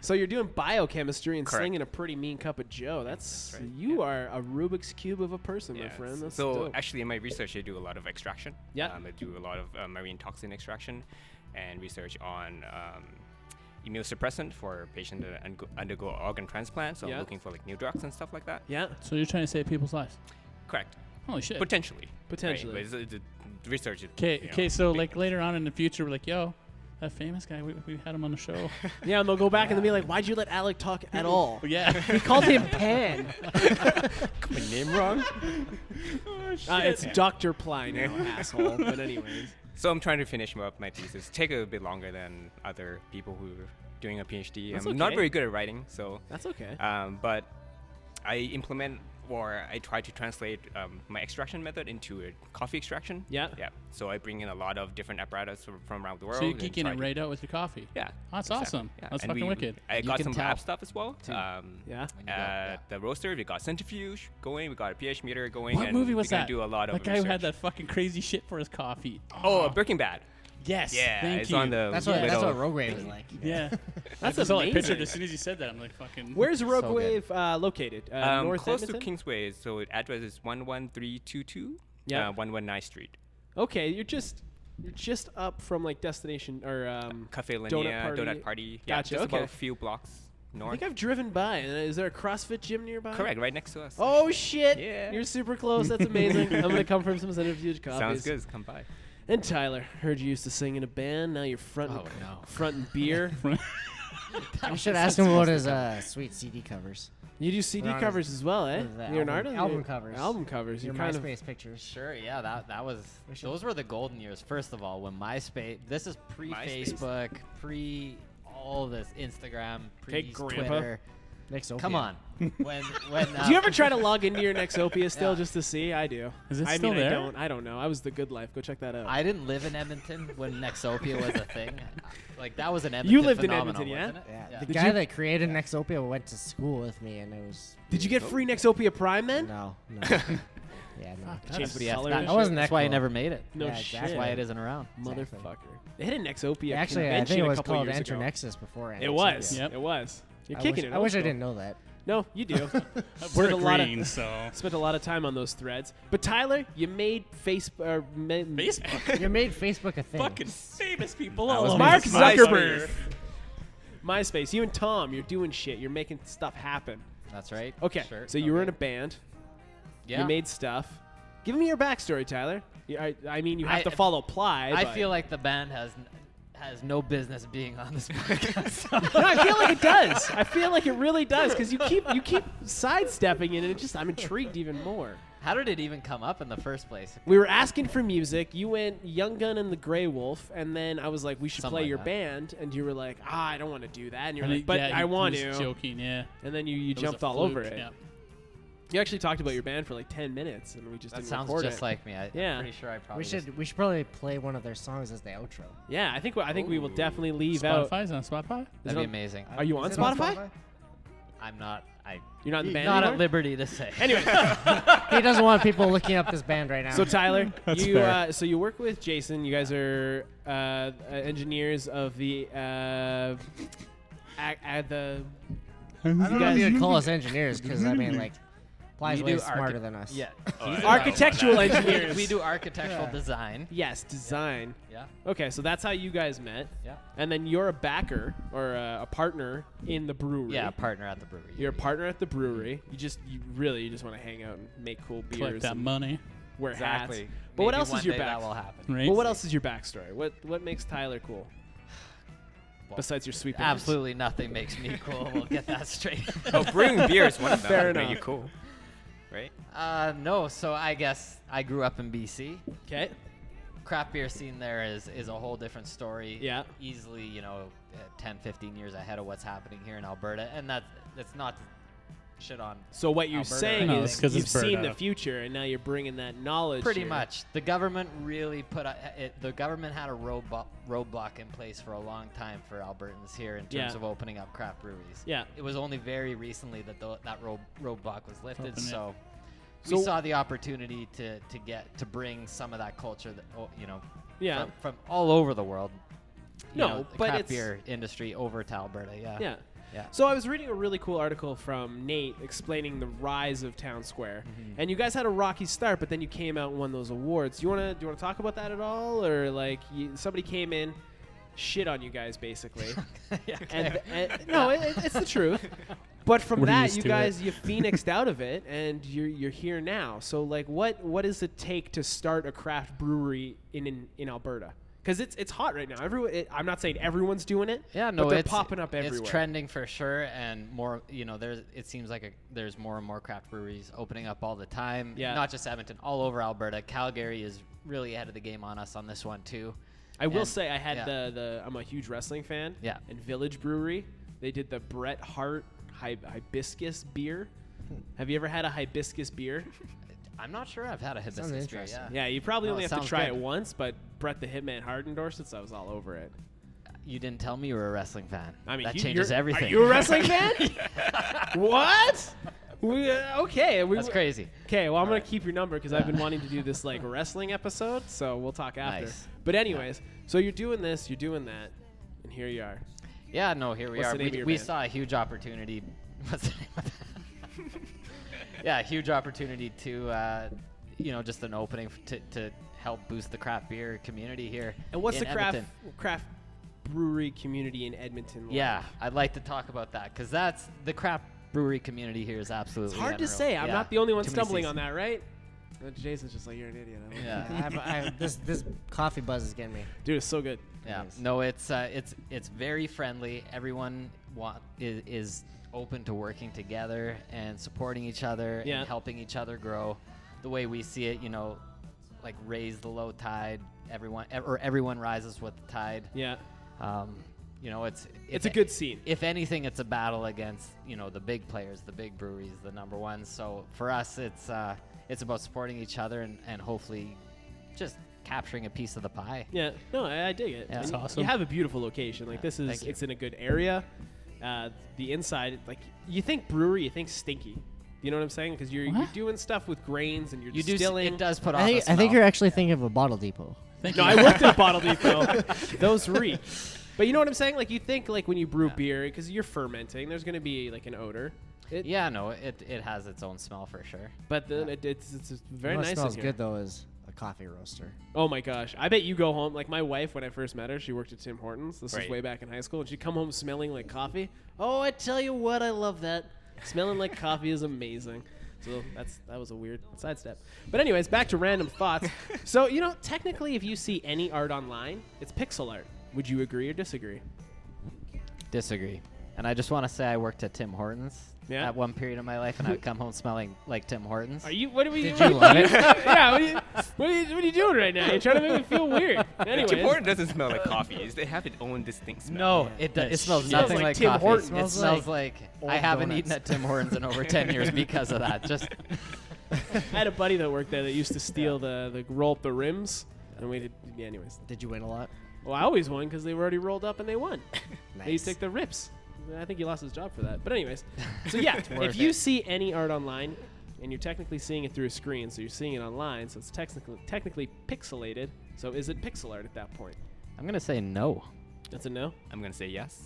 so you're doing biochemistry and Correct. slinging a pretty mean cup of Joe. That's, That's right, you are a Rubik's cube of a person, my Yeah, friend. That's so dope. actually, in my research, I do a lot of extraction. Yeah. Um, I do a lot of uh, marine toxin extraction, and research on um, immunosuppressant for patients that ungo- undergo organ transplant. So Yeah. I'm looking for like new drugs and stuff like that. yeah, So you're trying to save people's lives? Correct. Holy shit. Potentially. Potentially. Right? But it's- it's- the research. is, Okay, you know, okay. So big. like later on in the future, we're like, yo, that famous guy, we, we had him on the show. yeah, and they'll go back and they'll be like, "Why'd you let Alec talk at all? yeah. We called him Pan. my name wrong. Uh, it's Doctor Ply now, asshole. But anyways, So I'm trying to finish up my thesis. Take a bit longer than other people who are doing a PhD. That's I'm not okay. very good at writing, so that's okay. um, but I implement or I try to translate um, my extraction method into a coffee extraction. Yeah. Yeah. So I bring in a lot of different apparatus from, from around the world. So you're and geeking try it to- right out with your coffee. Yeah. That's awesome. That's And fucking we- wicked. I You got can some tell. lab stuff as well. Um, Yeah. Uh, And you got- yeah. The roaster, we got centrifuge going, we got a pH meter going. What and movie we're was gonna that? Do a lot of that guy who had research. that fucking crazy shit for his coffee. Oh, Breaking Bad. yes. Yeah, Thank it's you. on the That's what little, that's what Rogue Wave is like. Yeah. that's all I pictured as soon as you said that. I'm like fucking. Where's Rogue good. Wave uh, located? Uh, um, North close Edmonton? to Kingsway, so it address is one one three two two. Yeah. uh, one one nine Street. Okay, you're just you're just up from like destination or um, Cafe Linea, Donut Donut Party. Party. Yeah, Gotcha, just okay. about a few blocks I north. think I've driven by. and Is there a CrossFit gym nearby? Correct, right next to us. Oh shit! Yeah. You're super close. That's amazing. I'm gonna come from some centrifuge coffees. sounds good. Come by. And Tyler, heard you used to sing in a band. Now you're fronting, Oh, no. fronting beer. You should ask him about his uh, sweet CD covers. You do CD We're on covers as well, eh? the You're an album- artist. album You're- covers. Album covers. Your You're kind MySpace pictures. Sure, yeah, that that was should- those were the golden years. First of all, when MySpace, this is pre MySpace. Facebook, pre all this Instagram, Okay, pre Grandpa. Twitter. Next Come on, when when uh, of. Do you ever try to log into your next Opia still Yeah. just to see? I do. Is it I still mean, I there? don't. I don't know. I was the good life. Go check that out. I didn't live in Edmonton when Nexopia was a thing. Like that was an Edmonton. You lived in phenomenon, Edmonton, yeah? wasn't it? Yeah, Yeah. the Did guy you- that created Nexopia went to school with me, and it was. Did you get free next Opia Prime then? No, no. yeah, no. Change That's- the Yes, color. that- and I wasn't That's why I cool. never made it. No Yeah, shit. exactly. That's why it isn't around. Exactly. Motherfucker. They had an Exopia Actually, I convention think it a was couple called years ago. Internexus before. It was. Anexopia. Yep. It was. You're I kicking it. wish, I wish I also. didn't know that. No, you do. We're Spent a lot of- green, so. Spent a lot of time on those threads. But Tyler, you made Facebook. Or ma- Facebook. You made Facebook a thing. fucking famous people all was over Mark this Zuckerberg. MySpace. MySpace. You and Tom, you're doing shit. You're making stuff happen. That's right. Okay. Sure, So you were in okay. a band. Yeah. You made stuff. Give me your backstory, Tyler. You- I, I mean, you have I- to follow Ply. I but- feel like the band has n- has no business being on this podcast. No, I feel like it does. I feel like it really does because you keep you keep sidestepping it, and it just I'm intrigued even more. How did it even come up in the first place? We were asking for music. You went Young Gun and the Grey Wolf, and then I was like, "We should Something play like your that. band," and you were like, "Ah, I don't want to do that," and you're And like, he- "But yeah, he I want was to," Joking, yeah. and then you you It was a jumped all fluke, over it. yeah. You actually talked about your band for like 10 minutes, and we just That didn't sounds record just it. like me. I, Yeah. am pretty sure I probably We just- should we should probably play one of their songs as the outro. Yeah, I think we- I think we will definitely leave out. Spotify's on Spotify. Is it That'd on- be amazing. Are you on Is it Spotify? I'm not. I You're not in the band not at anymore? liberty to say. Anyway, he doesn't want people looking up this band right now. so Tyler, That's you fair. uh, so you work with Jason. You guys are uh, uh, engineers of the uh, a, a, the I don't know if guys- you would call us engineers because I mean, like, Ply's You way do smarter archi- than us. yeah. architectural we, engineers. we do architectural Yeah. design. yes design. Yeah. Okay, so that's how you guys met, Yeah. and then you're a backer or a, a partner in the brewery. Yeah. Partner at the brewery. You're a partner at the brewery. You just you really you just want to hang out and make cool Collect beers that and money, wear Exactly. hats. But what Maybe else one is your day back? That will happen. right? Well, what else is your backstory? What what makes Tyler cool? Besides your sweet beers? Absolutely nothing makes me cool. We'll get that straight. Oh, brewing beer is one of them. Fair Make enough. you cool, right? Uh, no. So I guess I grew up in BC. Okay. Craft beer scene there is is a whole different story. Yeah. Easily, you know, uh, 10, 15 years ahead of what's happening here in Alberta, and that's that's not to shit on So what you're Alberta, saying No, it's is 'cause you've it's seen Alberta. the future and now you're bringing that knowledge. Pretty here. much, the government really put a, uh, it, the government had a roadblock roadblock in place for a long time for Albertans here in terms Yeah. of opening up craft breweries. Yeah. it was only very recently that tho- that road, roadblock was lifted. Open it. so So- we saw the opportunity to to get to bring some of that culture that oh, you know Yeah. from, from all over the world. you No, know, the but craft it's- beer industry over to Alberta. Yeah, Yeah. Yeah. So I was reading a really cool article from Nate explaining the rise of Town Square, Mm-hmm. and you guys had a rocky start, but then you came out and won those awards. Do you wanna do you wanna talk about that at all, or like you, somebody came in, shit on you guys basically? Yeah, and, okay. and no, it, it- it's the truth. But from We're that, used you to guys, it. you phoenixed out of it, and you're you're here now. So, like, what what does it take to start a craft brewery in in, in Alberta? Because it's it's hot right now. Everyone, it, I'm not saying everyone's doing it. Yeah, no, but they're it's popping up everywhere. It's trending for sure, and more. You know, there's. It seems like a, there's more and more craft breweries opening up all the time. Yeah. not just Edmonton, all over Alberta. Calgary is really ahead of the game on us on this one too. I will And- say I had yeah. the, the I'm a huge wrestling fan. Yeah. And Village Brewery, they did the Bret Hart hi- hibiscus beer. Have you ever had a hibiscus beer? I'm not sure I've had a hibiscus beer. interesting. Yeah. Yeah, you probably Oh, only it have to sounds try good. it once, but Bret the Hitman Hart endorsed it, so I was all over it. you didn't tell me you were a wrestling fan. I mean, that you- changes you're- everything. Are you a wrestling fan? what? We, uh, okay, we, That's crazy. Okay, well, I'm gonna keep your number because I've been wanting to do this like wrestling episode, so we'll talk after. Nice. But anyways, so you're doing this, you're doing that, and here you are. Yeah, no, here we What's are. the name We, of your we band? saw a huge opportunity. What's the name of that? yeah, a huge opportunity to, uh, you know, just an opening f- to, to help boost the craft beer community here. And what's in the craft Edmonton. craft brewery community in Edmonton? like? Yeah, I'd like to talk about that because that's the craft brewery community here is absolutely. it's hard to unreal. say. I'm Yeah. not the only one Too many stumbling Cs. on that, right? Uh, Jason's just like you're an idiot. I don't know." Yeah. Yeah, I, I, this this coffee buzz is getting me. Dude, it's so good. Yeah. Nice. No, it's uh, it's it's very friendly. Everyone wa- is, is open to working together and supporting each other Yeah. and helping each other grow. The way we see it, you know, like raise the low tide. Everyone ev- or everyone rises with the tide. Yeah, Um, you know, it's it's a if- good scene. If anything, it's a battle against you know the big players, the big breweries, the number ones. So for us, it's uh, it's about supporting each other and, and hopefully just capturing a piece of the pie. Yeah, no, I, I dig it. Yeah. That's And awesome. You have a beautiful location. Like this is, thank you. it's in a good area. Uh, the inside, like you think brewery, you think stinky. You know what I'm saying? Because you're, you're What? doing stuff with grains and you're You do. s- distilling. It does put off. I think a I think smell. you're actually thinking of a Bottle Depot. Thank No, you. I worked at Bottle Depot. Those reek. But you know what I'm saying? Like you think like when you brew beer, because you're fermenting, there's gonna be like an odor. It, Yeah, no, it it has its own smell for sure. But then it, it's it's it's very You know what nice. in smells here. good though is a coffee roaster. Oh my gosh! I bet you go home like my wife when I first met her. She worked at Tim Hortons. This was Right. way back in high school, and she'd come home smelling like coffee. Oh, I tell you what, I love that. Smelling like coffee is amazing. So that's that was a weird sidestep. But anyways, back to random thoughts. so you know, technically, if you see any art online, it's pixel art. Would you agree or disagree? Disagree. And I just want to say I worked at Tim Hortons Yeah? at one period of my life, and I would come home smelling like Tim Hortons. Are you? What are we? Did what you are love it? yeah. What are, you, what, are you, what are you doing right now? You're trying to make me feel weird. Anyways, Tim Hortons doesn't smell like coffee. It's- They have its own distinct smell. No, It, do- it smells smells nothing like like, Tim coffee. Hortons. It Smells smells, like, I old haven't eaten at donuts. Tim Hortons in over 10 years because of that. Just I had a buddy that worked there that used to steal the the roll up the rims, and we did. yeah, Anyways, Did you win a lot? well, I always won because they were already rolled up and they won. Nice. They used to take the rips. I think he lost his job for that. But anyways, so yeah, if worth you it. see any art online, and you're technically seeing it through a screen, so you're seeing it online, so it's technically technically pixelated. So is it pixel art at that point? I'm gonna say no. That's a no. I'm gonna say yes.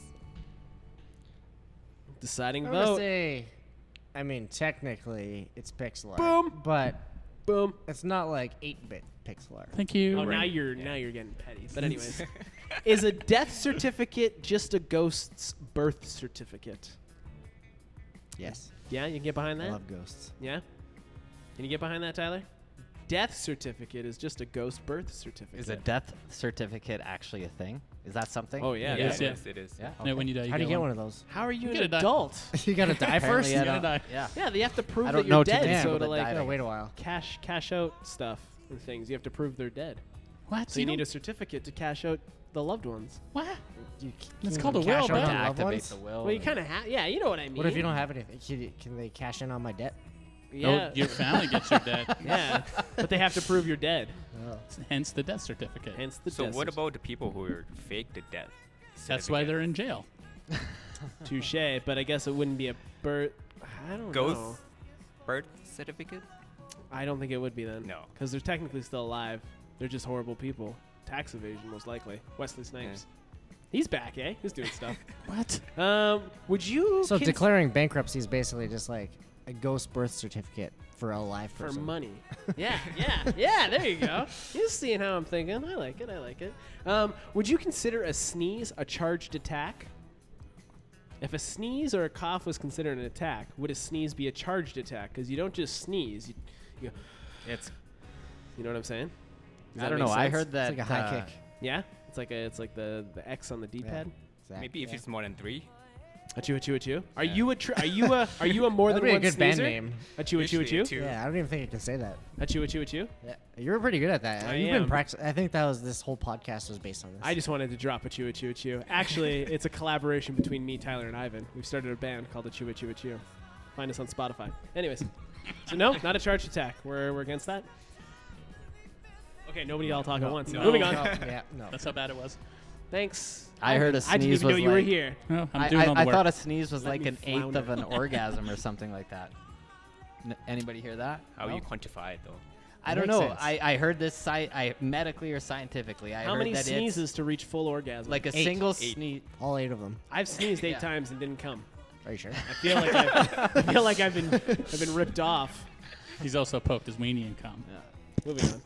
Deciding I'm gonna vote. say, I mean, technically, it's pixel art. Boom. But Boom. it's not like 8 bit pixel art. Thank Oh, you. now Right. you're now you're getting petty. But anyways, is a death certificate just a ghost's birth certificate? Yes. Yeah, you can get behind I that. love ghosts. Yeah, can you get behind that, Tyler? Death certificate is just a ghost birth certificate. Is a death certificate actually a thing? Is that something? Oh yeah, Yeah, it is. it yeah. it is. It is. Yeah. No, when you die, you How do you get one one. of those? How are you, You an gotta die. adult? you gotta die first? Apparently I You gotta don't- die. Yeah. yeah, they have to prove I that don't you're know too dead. many Damn, so people to that like "Oh, die gotta that wait a while. cash cash out stuff and things, you have to prove they're dead. What? So you need a certificate to cash out the loved ones. What? You, It's you called a cash will, but- out on To loved activate ones? the will. Well, you and- kind of have. Yeah, you know what I mean. What if you don't have anything? Can, can they cash in on my debt? Yeah. No, your family gets your death. yeah, but they have to prove you're dead. Oh. Hence the death certificate. Hence the So death what certificate. about the people who are fake the death? That's why certificate? they're in jail. Touche, but I guess it wouldn't be a birth. I don't know. ghost birth certificate. I don't think it would be then. No. because they're technically still alive. They're just horrible people. Tax evasion, most likely. Wesley Snipes. He's back, eh? He's doing stuff. What? um, would you So cons- declaring bankruptcy is basically just like a ghost birth certificate for a live for person. money? yeah, yeah, yeah. There you go. You're seeing how I'm thinking. I like it. I like it. Um, would you consider a sneeze a charged attack? If a sneeze or a cough was considered an attack, would a sneeze be a charged attack? Because you don't just sneeze. You, you, go, It's you know what I'm saying? Does I that don't know. make I sense? heard that. It's like a high uh, kick. Yeah, it's like a, it's like the, the X on the Yeah, D-pad. exact- maybe if yeah. it's more than three. A chew, a chew, a chew. Are you a tr- are you a are you a more than That'd be one a good sneezer? band name. A chew, a chew, a Usually chew. a two. Yeah, I don't even think I can say that. A chew, a chew, a chew. Yeah. You were pretty good at that. I You've am. been practicing. I think that was this whole podcast was based on this. I just wanted to drop a chew, a chew, a chew. Actually, it's a collaboration between me, Tyler, and Ivan. We've started a band called a chew, a chew, a chew. Find us on Spotify. Anyways, so no, not a charged attack. We're we're against that. Okay, nobody all talk at once. no. Moving on. No, Oh, yeah, no. That's how bad it was. Thanks. I heard a I didn't sneeze even know was you were like- here. No, I'm I- doing I, all the I work. thought a sneeze was Let like me an eighth of flounder. an orgasm or something like that. N- anybody hear that? How No? you quantify it though? I don't Makes know. sense. I, I heard this sci- I medically or scientifically. I How heard many that sneezes to reach full it's orgasm? like a Eight. single Eight. sneeze. All eight of them. I've sneezed eight Yeah. times and didn't come. Are you sure? I feel like I've, I feel like I've been I've been ripped off. He's also poked his weenie and cum. Moving on.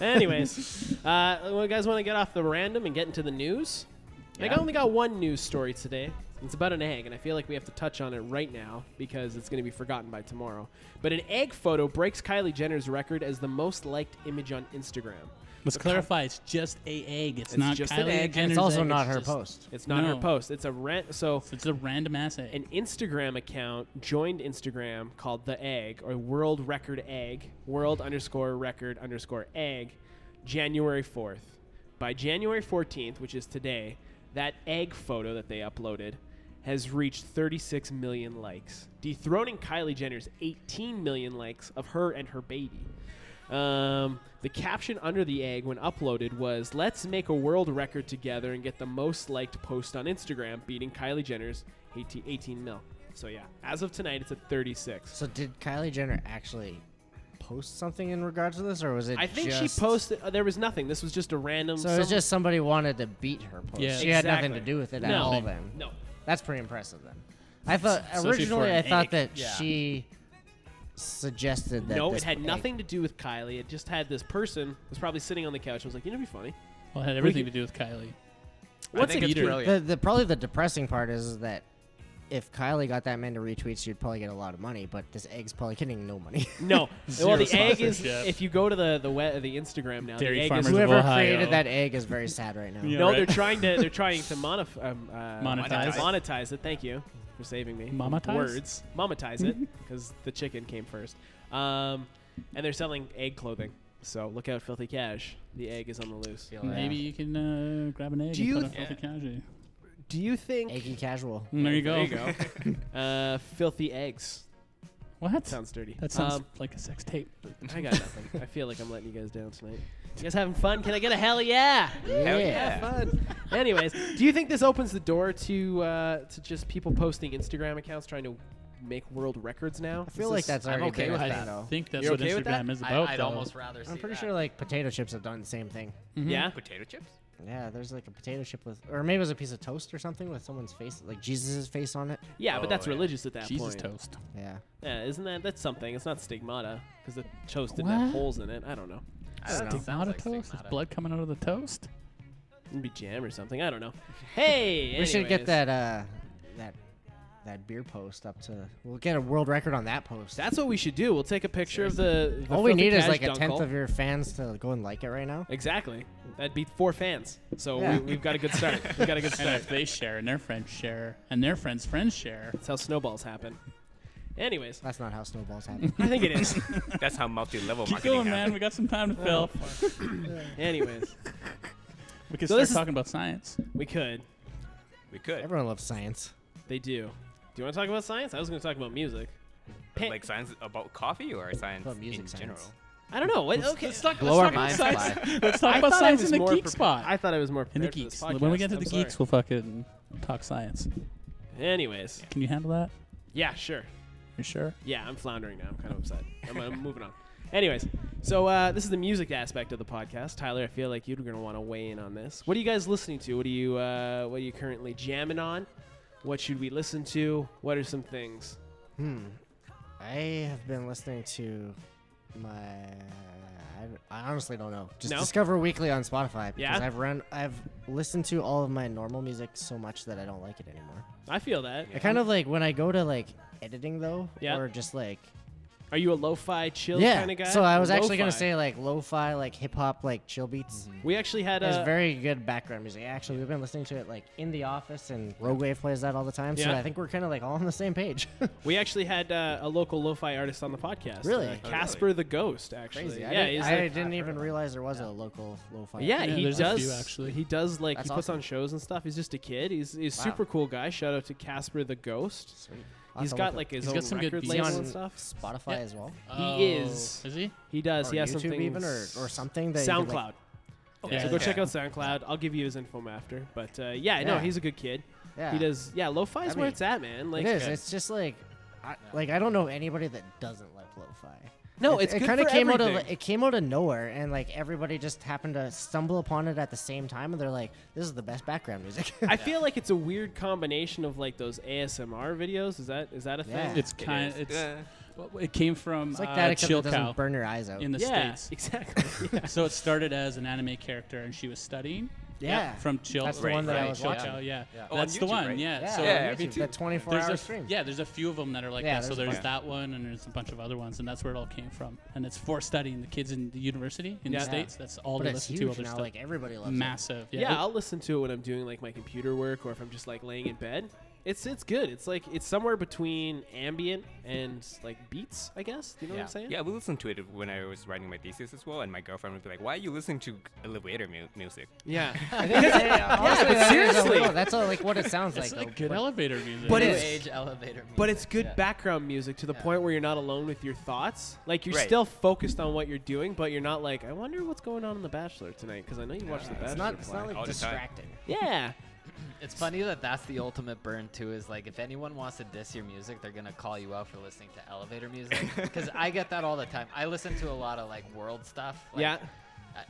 Anyways, uh, well, guys want to get off the random and get into the news? Like, I Yeah. only got one news story today. It's about an egg, and I feel like we have to touch on it right now because it's going to be forgotten by tomorrow. But an egg photo breaks Kylie Jenner's record as the most liked image on Instagram. Let's clarify. It's just a egg. It's, It's not just Kylie an egg, and it's Jenner's It's also egg, not it's her just- post. It's not her No. post. It's a rent. So It's a random ass egg. an Instagram account joined Instagram called The Egg or World Record Egg, world underscore record underscore egg, January 4th. By January 14th, which is today, that egg photo that they uploaded has reached 36 million likes, dethroning Kylie Jenner's 18 million likes of her and her baby. Um, the caption under the egg when uploaded was Let's make a world record together and get the most liked post on Instagram, beating Kylie Jenner's 18, 18 mil. So, yeah, as of tonight, it's at 36. So did Kylie Jenner actually post something in regards to this, or was it? I think just- she posted, uh, there was nothing. This was just a random. So it was some- just somebody wanted to beat her post. Yeah. She had nothing Exactly. to do with it at No. all. Then No. that's pretty impressive. Then I thought Especially for originally I an thought egg. that Yeah. she suggested that. No, it this had egg- nothing to do with Kylie. It just had this person was probably sitting on the couch and was like, you know, it'd be funny. well, it had everything to do with Kylie. What's I think it it's Peter. brilliant. The, the probably the depressing part is that if Kylie got that many retweets, you'd probably get a lot of money. But this egg's probably getting no money. No. well, the egg is. sponsorship. If you go to the the, we- the Instagram now, Dairy the egg farmers is. of Whoever Ohio. created that egg is very sad right now. Yeah. No, right. they're trying to they're trying to monif- um, uh, Monetize. monetize it. Thank you for saving me. Momatize? words. Momatize it because the chicken came first. Um, and they're selling egg clothing. So look out, filthy cash. The egg is on the loose. Feel that. Maybe you can uh, grab an egg Oh, Do and you put a th- filthy casual. Do you think? Eggy casual. There you go. There you go. uh, filthy eggs. What? Sounds dirty. that sounds Um, like a sex tape. I got nothing. I feel like I'm letting you guys down tonight. You guys having fun? Can I get a hell yeah? Hell yeah, fun. Anyways, do you think this opens the door to uh, to just people posting Instagram accounts trying to make world records now? I feel like that's I'm already okay been a with thing, that. though. think that's You're what okay with that? Instagram is I, about. uh, I'd though. almost rather. See I'm pretty that. sure like potato chips have done the same thing. yeah. Potato chips? Yeah, there's like a potato chip with, or maybe it was a piece of toast or something with someone's face, like Jesus' face on it. Yeah, Oh, but that's yeah. religious at that Jesus point. toast. Yeah. Yeah, isn't that that's something? It's not stigmata because the toast didn't have What? holes in it. I don't know. I don't know. Stigmata Sounds like toast? Is stigmata. blood coming out of the toast? It'd be jam or something. I don't know. Hey, We should get anyways. that uh that that beer post up to. We'll get a world record on that post. That's what we should do. We'll take a picture of the. the All we filthy need is cash like a dunkle. tenth of your fans to go and like it right now. Exactly. That'd be four fans. So Yeah. we, we've got a good start. we've got a good And start. if they share, and their friends share, and their friends' friends share, That's how snowballs happen. Anyways, That's not how snowballs happen. I think it is. That's how multi-level keep marketing going, man. happens. We got some time to fill. Anyways, We can So start this is- talking about science. we could. We could. Everyone loves science. They do. Do you want to talk about science? I was going to talk about music. But, like science about coffee or science About music in science. general? I don't know. What, okay. Let's talk, Blow our let's minds talk about fly. science. Let's talk I about thought I science was in the more geek prepa- spot. I thought I was more in the prepared geeks. For this When we get to podcast. the I'm geeks, sorry. we'll fucking talk science. Anyways, Can you handle that? yeah, sure. You sure? Yeah, I'm floundering now. I'm kind of upset. I'm, I'm moving on. Anyways, so uh, this is the music aspect of the podcast. Tyler, I feel like you're gonna want to weigh in on this. What are you guys listening to? What are you uh, What are you currently jamming on? What should we listen to? What are some things? Hmm. I have been listening to my. I, I honestly don't know. Just No? Discover Weekly on Spotify because Yeah? I've run. I've listened to all of my normal music so much that I don't like it anymore. I feel that. I kind of like when I go to like editing though, Yeah. or just like Are you a lo-fi chill yeah. kind of guy? So I was actually Lo-fi. Mm-hmm. gonna say like lo-fi, like hip hop, like chill beats. we actually had It's a very good background music. Actually, we've been listening to it like in the office, and Rogue Wave plays that all the time. So Yeah. I think we're kind of like all on the same page. we actually had uh, a local lo-fi artist on the podcast. Really? Uh, Oh, really? Casper the Ghost. Actually, Crazy. yeah, I didn't, he's I like- didn't even realize there was a local lo-fi. Yeah, Yeah, he there's a does. few, actually. he does like That's he puts awesome. on shows and stuff. He's just a kid. He's he's Wow. super cool guy. Shout out to Casper the Ghost. Sweet. He's got like his He's own got some good record beats. label Is he and on stuff. Spotify Yeah. as well. He is. Is he? He does. Or he has YouTube something even, or, or something that you could, like- SoundCloud. Okay. So go Yeah. check out SoundCloud. I'll give you his info after. But uh, yeah, no, Yeah. he's a good kid. yeah, He does. Yeah, lo-fi is I where mean, it's at, man. Like it is. It's just like, I, like I don't know anybody that doesn't like lo-fi. no, it, it's it good kind of for came everything. out of it came out of nowhere, and like everybody just happened to stumble upon it at the same time, and they're like, "This is the best background music." I feel like it's a weird combination of like those ASMR videos. Is that is that a Yeah. thing? It's It kind. is. It's Uh, well, it came from it's like uh, that, except Chill it doesn't Cow burn your eyes out. in the yeah, states. exactly. Yeah. So it started as an anime character, and she was studying. yeah, From Chill. That's the right, one that I right, was Chill watching. Cow, yeah. Yeah. Oh, on That's the YouTube, one. right? Yeah. yeah, So Yeah, on me YouTube, too. that 24 there's hour a, stream. yeah, there's a few of them that are like Yeah, that. So there's a there's bunch. that one, and there's a bunch of other ones, and that's where it all came from. And it's for studying the kids in the university in Yeah. the states. That's all but they it's listen to. All huge their now. stuff. Like everybody loves Massive. Yeah, I'll listen to it when I'm doing like my computer work or if I'm just like laying in bed. It's it's good. It's like it's somewhere between ambient and like beats, I guess. Do you know what Yeah. I'm saying? Yeah, we listened to it when I was writing my thesis as well, and my girlfriend would be like, "Why are you listening to elevator mu- music?" Yeah. it. Yeah, yeah, honestly, but that is a seriously. little- that's a, like what it sounds It's like. like though, good but- elevator music. But New it's- age elevator. Music. But it's good yeah. background music to the Yeah. point where you're not alone with your thoughts. Like you're Right. still focused on what you're doing, but you're not like, I wonder what's going on in The Bachelor tonight because I know you watched The Bachelor. it's not. It's play." not all like the time. distracting. yeah. It's funny that that's the ultimate burn too. Is like if anyone wants to diss your music, they're gonna call you out for listening to elevator music. Because I get that all the time. I listen to a lot of like world stuff. Like, Yeah. I-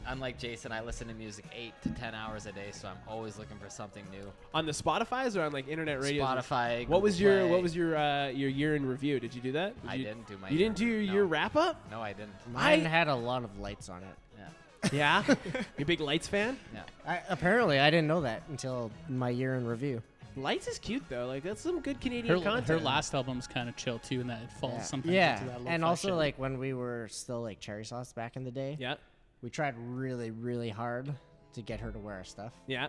Unlike Jason, I listen to music eight to ten hours a day, so I'm always looking for something new. On the Spotify's or on like internet radio. Spotify. Google What was your Play. What was your uh, your year in review? Did you do that? Did I you, didn't do my You didn't do year- your no. year wrap up? No, I didn't. Mine I- had a lot of lights on it. Yeah. Yeah. you a big lights fan? Yeah. I, apparently, I didn't know that until my year in review. Lights is cute though. Like that's some good Canadian Her, content. her last album was kind of chill too, and that it falls sometimes into yeah, that. and lo-fi also shit. like when we were still like cherry sauce back in the day, Yeah. we tried really, really hard to get her to wear our stuff Yeah.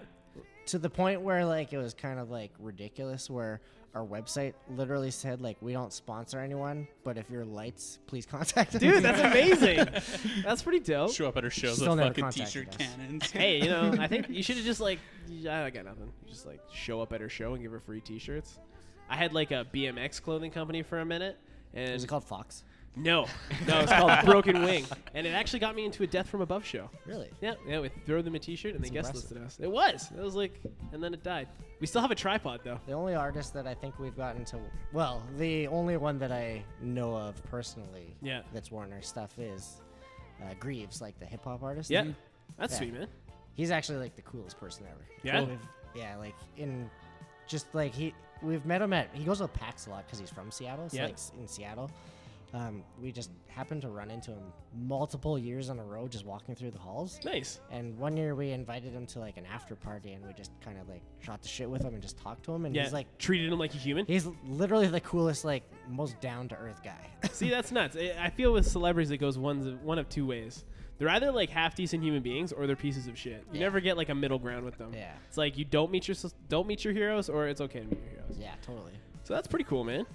to the point where like it was kind of like ridiculous. Where our website literally said like we don't sponsor anyone, but if you're lights, please contact us. Dude, that's amazing. that's pretty dope. show up at her shows Still with never fucking contacted t-shirt us. cannons. Hey, you know, I think you should have just like y- I got nothing. You Just like show up at her show and give her free T-shirts. I had like a BMX clothing company for a minute, and Is it called Fox? no, no, it's called Broken Wing, and it actually got me into a Death from Above show. Really? Yeah, yeah, we throw them a T-shirt and they That's guest impressive. listed us. It was, it was like, and then it died. We still have a tripod though. The only artist that I think we've gotten to, well, the only one that I know of personally Yeah. that's worn our stuff is uh, Greaves, like the hip hop artist. Yeah, that's Yeah. sweet, man. He's actually like the coolest person ever. Yeah? We've- yeah, like in just like he, we've met him at, he goes to PAX a lot because he's from Seattle. So Yeah. like s- in Seattle. Um, we just happened to run into him multiple years on a row just walking through the halls. Nice. And one year we invited him to like an after party and we just kind of like shot the shit with him and just talked to him. And Yeah, he's like, treated him like a human. He's literally the coolest, like most down to earth guy. See, that's nuts. I I feel with celebrities, it goes one of, one of two ways. They're either like half decent human beings, or they're pieces of shit. You Yeah. never get like a middle ground with them. Yeah. it's like you don't meet your sus- don't meet your heroes, or it's okay to meet your heroes. yeah, totally. So that's pretty cool, man.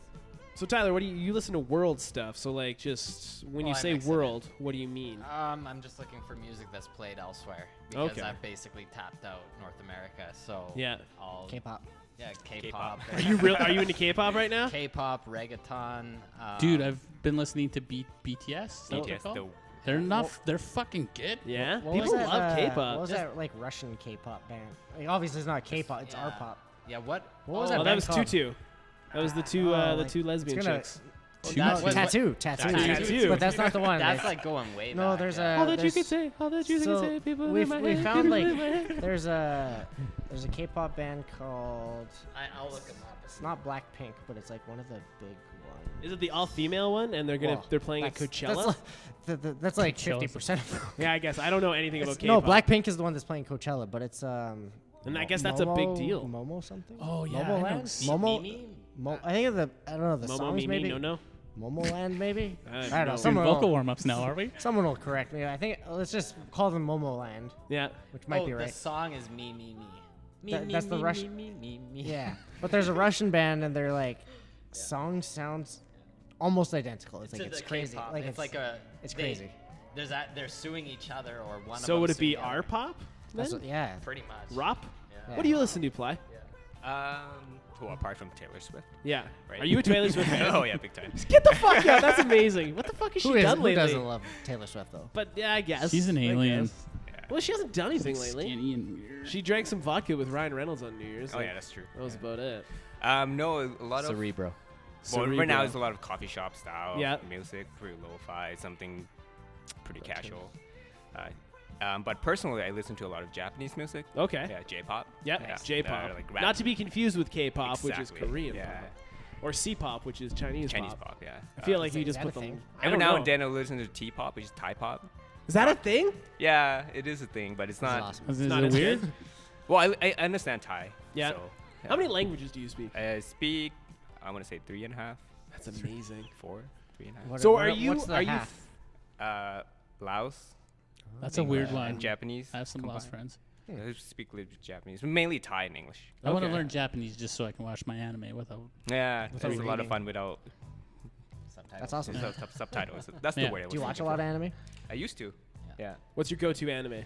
So Tyler, what do you you listen to world stuff? So like, just when Oh, you I say mix it in. world, what do you mean? Um, I'm just looking for music that's played elsewhere because Okay. I've basically tapped out North America. So Yeah. all K-pop. yeah, K-pop, K-pop. Are you real? Are you into K-pop right now? K-pop, reggaeton. Um, Dude, I've been listening to B- BTS. Is that what they're BTS, called? the- They're not. f- They're fucking good. yeah, What was people that, love uh, K-pop. What was that like Russian K-pop band? Like, obviously, it's not K-pop; it's yeah. R pop. Yeah, what? What was oh, Oh, that band was called? Tutu. That was the two uh, Oh, the like, two lesbian it's gonna- chicks. Oh, Two- that was- tattoo, tattoo, Tattoo. But that's not the one. That's like- like going way back. no, there's yeah. a. All that you there's- can say, all that you so can say, people we in my we head, found people in my like head. there's a there's a K-pop band called I, I'll look them up. it's not Blackpink, but it's like one of the big ones. Is it the all female one? And they're gonna Well, they're playing at Oh, that's- Coachella. That's like, th- th- that's like Coachella's a- fifty percent of them. yeah, I guess I don't know anything about It's- K-pop. No, Blackpink is the one that's playing Coachella, but it's um. And I Mo- guess that's a big Momo- deal. Momo something. Oh, yeah, I know. Momo Land. Mi- Momo. Mimi? Mo- I think of the I don't know the Momo Mimi songs maybe. No Uh, No. Momo Land maybe. I I don't don't know. know. Dude, Doing Someone vocal will, warm ups now, are we? someone will correct me. I think let's just call them Momo Land, Yeah. which might oh, be the right. song is me, me, me. Me, That- me, that's the me, Russian- Me, me, me, me. Yeah, but there's a Russian band and they're like, song sounds almost identical. It's like To it's the crazy. K-pop. Like it's, like a. it's they- crazy. There's that. They're suing each other or one. So of would them it be suing the other. R pop? that's what, yeah. Pretty much. Rop? Yeah. What do you listen to, Ply? Um, well, apart from Taylor Swift. Yeah. Right. Are you a Taylor Swift fan? oh yeah, big time. Get the fuck out! That's amazing. What the fuck has Who, she is, done who lately? doesn't love Taylor Swift though? But yeah, I guess She's an I alien. guess. Well, she hasn't done anything lately. Skinny and weird. She drank some vodka with Ryan Reynolds on New Year's. Oh like, yeah, that's true. That was about it. Um, no, a lot of Cerebro. well, right now Cerebro. it's a lot of coffee shop style Yeah. music, pretty lo-fi, something pretty casual. Uh, um, but personally, I listen to a lot of Japanese music. Okay. Yeah, J-pop. Yep. Yeah, J-pop. uh, like rap, Not to be confused with K-pop, which is Exactly. Korean Yeah. pop, or C-pop, which is Chinese, Chinese pop. yeah. I feel Uh, like Is you that- just is put that a them. thing? I every don't now know. and then I listen to T-pop, which is Thai pop. Is that a thing? Yeah, it is a thing, but it's This not. is awesome. Is, is not it as weird? good. Well, I, I understand Thai. Yeah. So, How many languages do you speak? I speak. I want to say three and a half, That's amazing. four, three and a half. What- So what- are you what's the are you half? f- Uh, Laos That's a weird and Hmm. one. Japanese. I have some lost combined. friends. I speak little bit Japanese, mainly Thai and English. I want to Okay. learn Japanese just so I can watch my anime without. Yeah, Without it's a lot reading. of fun without That's awesome. sub- sub- subtitles. That's the Yeah. way. I Do you was watch a thinking. lot of anime? I used to. Yeah. what's your go-to anime?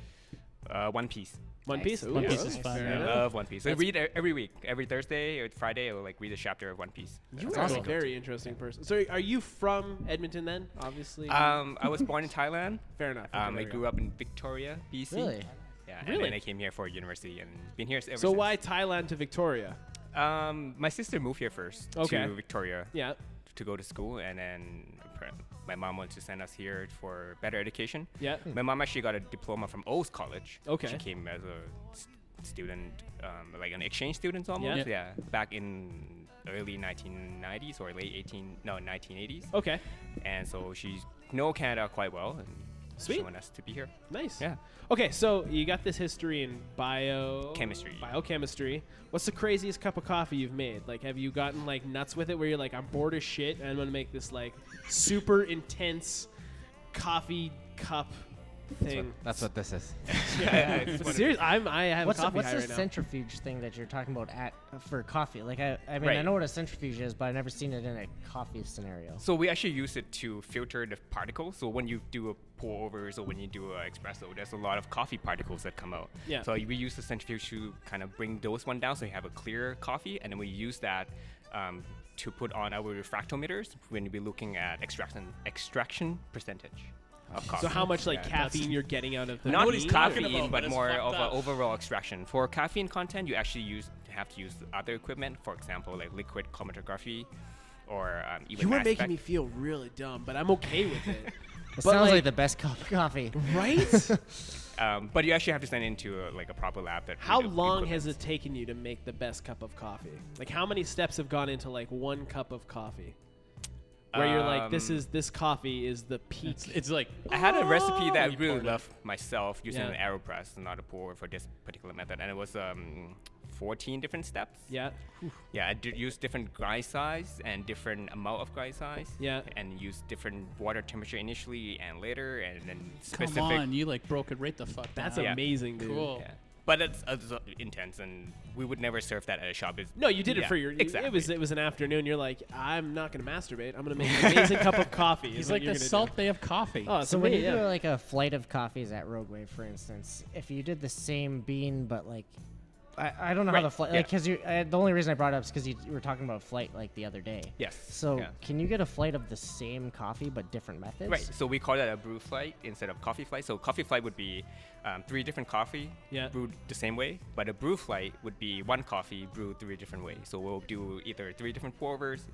Uh, One Piece. One Nice. Piece. Ooh, One Piece that's is nice. fire. I Yeah. love One Piece. I read e- every week, every Thursday or Friday. I will like read a chapter of One Piece. You That's are what I a go to. very interesting person. So are you from Edmonton then? Obviously. Um, I was born in Thailand. Fair enough. Okay, Um, there I we grew go. up in Victoria, BC. Really? Yeah, and Really? then I came here for university and been here ever So since. why Thailand to Victoria? Um, my sister moved here first Okay. to Victoria Yeah. to go to school, and then appar- my mom wanted to send us here for better education. Yeah. My mom actually got a diploma from O's College. Hmm. Okay. She came as a s- student, um, like an exchange student almost. Yeah. Back in early 1990s or late 18 no 1980s, Okay. and so she know Canada quite well. And Sweet. showing us to be here. Nice. Yeah. Okay, so you got this history in bio Chemistry. Biochemistry. What's the craziest cup of coffee you've made? Like, have you gotten like nuts with it, where you're like, I'm bored as shit, and I'm gonna make this like super intense coffee cup thing. That's what this is. yeah, yeah, Serious? I'm I have What's a the, coffee what's high the right now. centrifuge thing that you're talking about at for coffee? Like I, I mean, I Right. know what a centrifuge is, but I've never seen it in a coffee scenario. So we actually use it to filter the particles. So when you do a pour over, so when you do an espresso, there's a lot of coffee particles that come out. Yeah. So we use the centrifuge to kind of bring those one down, so you have a clear coffee, and then we use that um, to put on our refractometers when we're looking at extraction extraction percentage of coffee. So how much like Yeah, that's- caffeine you're getting out of the not what he's bean? talking caffeine, about, but but it's more fucked of an up. overall extraction. For caffeine content, you actually use have to use other equipment. For example, like liquid chromatography, or um, even You were mass making spec. me feel really dumb, but I'm okay with it. It But, sounds like, like- the best cup of coffee. right? Um, but you actually have to send it into a, like a proper lab. That How long has it taken you to make the best cup of coffee? Like how many steps have gone into like one cup of coffee? Where you're like, this Um, is this coffee is the peak. It's, it's like I had a recipe that I You really poured it. loved myself using Yeah. an Aeropress, not a pour for this particular method, and it was um, 14 different steps. yeah. Yeah, I did use different grind size and different amount of grind size. Yeah. And use different water temperature initially and later, and then Come specific. on, you like broke it right the fuck That's down. Yeah. amazing, dude. Cool. Yeah. But it's, it's uh, intense, and we would never serve that at a shop. It's, No, you did it Yeah, for your. exactly. It was it was an afternoon. You're like, I'm not gonna masturbate. I'm gonna make an amazing cup of coffee. is He's what like you're the gonna do. salt bay of coffee. Oh, So when you yeah. do like a flight of coffees at Roadway, for instance, if you did the same bean but like, I, I don't know Right, how the flight yeah. like because you uh, the only reason I brought it up is because you were talking about flight like the other day. Yes, So yeah. can you get a flight of the same coffee but different methods? Right, so we call that a brew flight instead of coffee flight. So coffee flight would be um, three different coffee Yeah. brewed the same way, but a brew flight would be one coffee brewed three different ways. So we'll do either three different pour overs,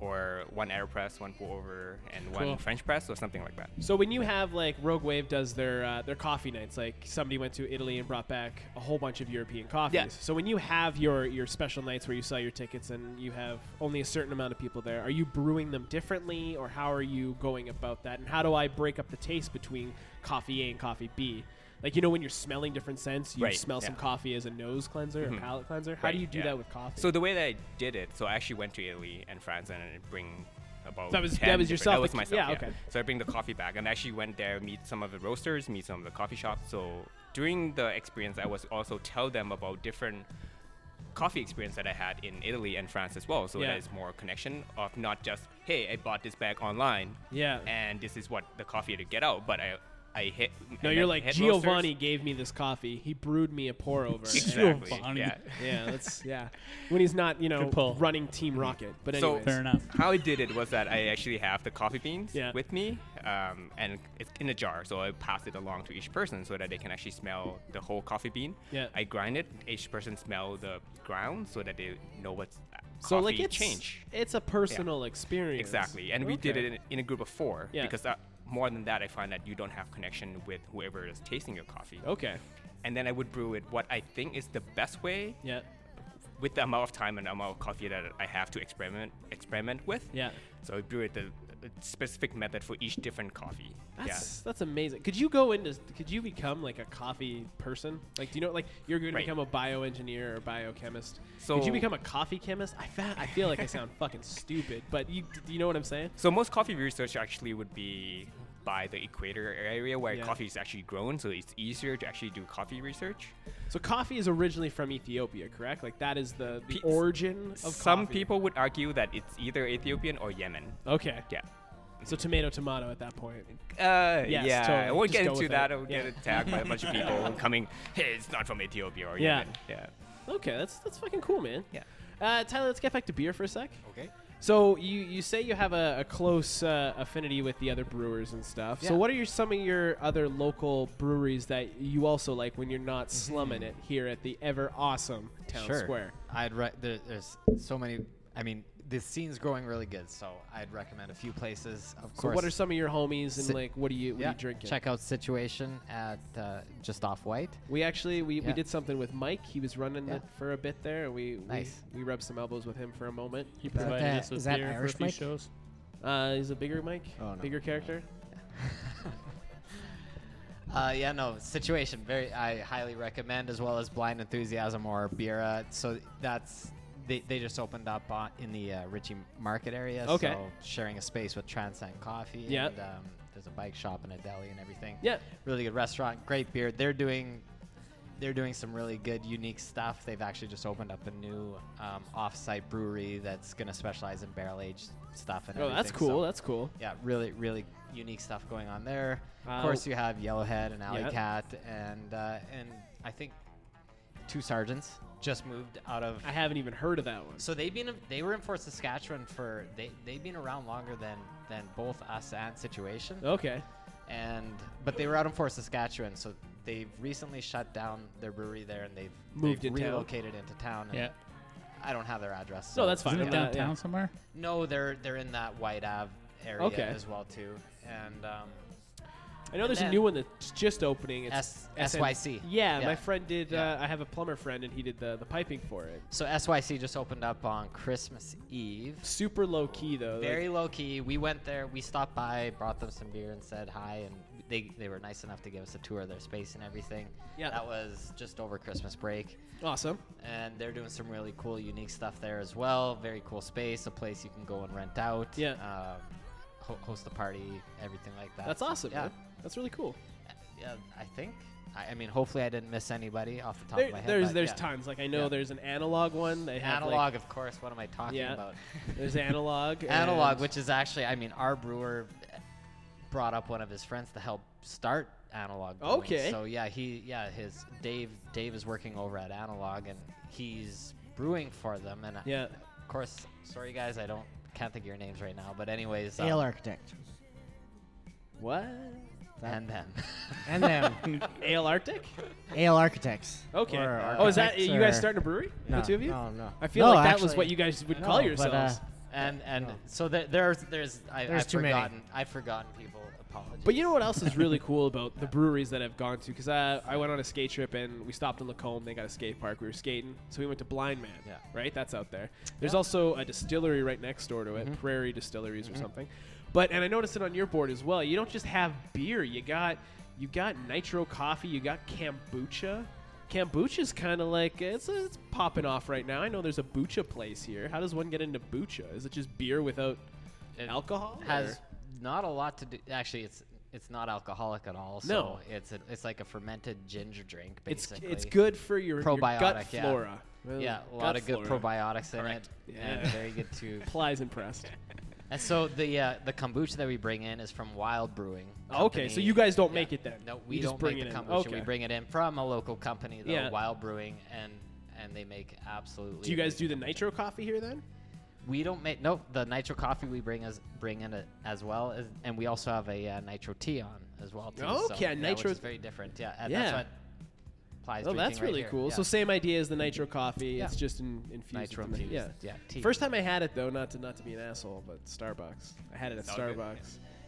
or one aeropress, one pour over, and Cool. one French press, or something like that. So when you have like Rogue Wave does their uh, their coffee nights, like somebody went to Italy and brought back a whole bunch of European coffees. Yeah. So when you have your your special nights where you sell your tickets and you have only a certain amount of people there, are you brewing them differently, or how are you going about that? And how do I break up the taste between coffee A and coffee B? Like you know when you're smelling different scents, you Right, smell some yeah. Mm-hmm. coffee as a nose cleanser or palate cleanser. How do Right, you do yeah. that with coffee? So the way that I did it, so I actually went to Italy and France and I bring about That was- 10 that was different- yourself, That was like, myself. yeah, Yeah, okay. So I bring the coffee back and I actually went there meet some of the roasters, meet some of the coffee shops. So during the experience, I was also tell them about different coffee experience that I had in Italy and France as well. So Yeah. there's more connection of not just hey, I bought this bag online yeah. and this is what the coffee to get out, but I I hit. No, I you're met like head Giovanni roasters. gave me this coffee. He brewed me a pour over. Exactly. Giovanni. Yeah. yeah, that's yeah. When he's not, you know, Good pull. running Team Rocket. But So- anyways, Fair enough. How I did it was that I actually have the coffee beans Yeah. with me, um, and it's in a jar. So I pass it along to each person so that they can actually smell the whole coffee bean. Yeah. I grind it. Each person smell the ground so that they know what's uh, so coffee like it's change. it's a personal experience. Exactly, and we did it in, in a group of four Yeah. because that, more than that, I find that you don't have connection with whoever is tasting your coffee. Okay. And then I would brew it what I think is the best way Yeah. with the amount of time and amount of coffee that I have to experiment experiment with. Yeah. So I brew it the the specific method for each different coffee. That's that's amazing. Could you go into could you become like a coffee person? Like do you know like you're going Right. to become a bioengineer or biochemist? could So- you become a coffee chemist? I fa- I feel like I sound fucking stupid, but you do you know what I'm saying? So most coffee research actually would be by the equator area where Yeah. coffee is actually grown, so it's easier to actually do coffee research. So coffee is originally from Ethiopia, correct? Like that is the, the Pe- origin of Some coffee. people would argue that it's either Ethiopian or Yemen. Okay. Yeah. So tomato tomato at that point. Uh, Yes, yeah. totally. I won't Just get go into with that. it. I will Yeah. get attacked by a bunch of people coming. Hey, it's not from Ethiopia or Yeah. Yemen. Yeah. Okay, that's that's fucking cool, man. Yeah. Uh, Tyler, let's get back to beer for a sec. Okay. So you you say you have a, a close uh, affinity with the other brewers and stuff. So Yeah. what are your, some of your other local breweries that you also like when you're not Mm-hmm. slumming it here at the ever awesome town square? I'd re- there, there's so many. I mean, the scene's growing really good, so I'd recommend a few places. Of So course, what are some of your homies and Si- like what do you what yeah, are you drinking? check out Situation at uh, just off White. We actually we, we Yeah. did something with Mike. He was running Yeah. it for a bit there. and We, Nice. we we rubbed some elbows with him for a moment. He that provided the- us with is that beer for a Irish few Mike? shows. Uh, he's a bigger Mike, Oh, no. bigger character. Uh, yeah, no situation. Very, I highly recommend as well as Blind Enthusiasm or Bira. So that's they, they just opened up on, in the uh, Ritchie Market area. Okay. So sharing a space with Transcend Coffee. Yeah. And, um, there's a bike shop and a deli and everything. Yeah. Really good restaurant. Great beer. They're doing. They're doing some really good, unique stuff. They've actually just opened up a new um, off-site brewery that's going to specialize in barrel-aged stuff and Oh, everything. that's cool. So- That's cool. yeah, really, really unique stuff going on there. Uh, of course, you have Yellowhead and Alley yeah. Cat, and uh, and I think two sergeants just moved out of. I haven't even heard of that one. So they've been they were in Fort Saskatchewan for they they've been around longer than than both us and Situation, Okay. and but they were out in Fort Saskatchewan, so they've recently shut down their brewery there, and they've Moved they've in town. relocated into town. and Yeah. I don't have their address. No, so- that's fine. Isn't it I'm not- downtown yeah. somewhere? No, they're they're in that White Ave area Okay. as well too, and. Um, I know there's a then- new one that's just opening. It's S- SN SYC. Yeah, Yeah. my friend did. Yeah. Uh, I have a plumber friend, and he did the, the piping for it. So SYC just opened up on Christmas Eve. Super low key though. like- Very low key. We went there. We stopped by, brought them some beer, and said hi. And they they were nice enough to give us a tour of their space and everything. Yeah. That was just over Christmas break, awesome. and they're doing some really cool, unique stuff there as well. Very cool space, a place you can go and rent out. Yeah. Um, ho- host a party, everything like that. That's So, awesome. Yeah. man. That's really cool. Yeah. I think. I, I mean, hopefully, I didn't miss anybody off the top There- of my head. there's but there's yeah. tons. Like I know Yeah. there's an analog one. They have, like- Analog, of course. What am I talking Yeah. about? there's analog. Analog, and- which is actually, I mean, our brewer brought up one of his friends to help start Analog. Brewing. Okay. So yeah, he yeah his Dave Dave is working over at Analog and he's brewing for them and uh, Yeah. of course, sorry guys, I don't can't think of your names right now, but anyways, um, Ale Architect. what? and them. And then Ale Arctic. Ale Architects. Okay. Or oh, is that architects you guys or- starting a brewery? No, the two of you? No, no. I feel No, like that was actually, what you guys would I call know, but, uh, yourselves. But, and and no. so there, there's there's I, There's I've too many. forgotten I've forgotten people. Apologies. you know what else is really cool about the breweries that I've gone to? Because I, I went on a skate trip and we stopped in Lacombe. They got a skate park. We were skating, so we went to Blind Man. Yeah. Right, that's out there. There's also a distillery right next door to it, Mm-hmm. Prairie Distilleries or something. But and I noticed it on your board as well. You don't just have beer. You got you got nitro coffee. You got kombucha. Kombucha's kind of like it's it's popping off right now. I know there's a bucha place here. How does one get into bucha? Is it just beer without It alcohol? has or- not a lot to do. Actually, it's it's not alcoholic at all. So No. it's a, it's like a fermented ginger drink. It's Basically, it's good for your, your gut Probiotic, yeah. flora. Yeah, a Gut lot of good flora. probiotics in it, Yeah. and very good too. Plies impressed. and so the uh, the kombucha that we bring in is from Wild Brewing. Oh, Okay, so Company. you guys don't Yeah. make it then. No, You we just don't bring make it the in. kombucha. We Okay. bring it in from a local company, though, Yeah. Wild Brewing, and and they make absolutely. Do you guys amazing- do the nitro coffee here then? We don't make nope. The nitro coffee we bring as bring in it as well, as, and we also have a uh, nitro tea on as well too. so, Okay, yeah, nitro- which is very different. Yeah, and Yeah. that's what applies. Oh, that's really cool. So same idea as the nitro coffee. Yeah. It's just in, infused. nitro with the- infused. Yeah, tea. First time I had it though, not to not to be an asshole, but Starbucks. I had it at It's all Starbucks. good,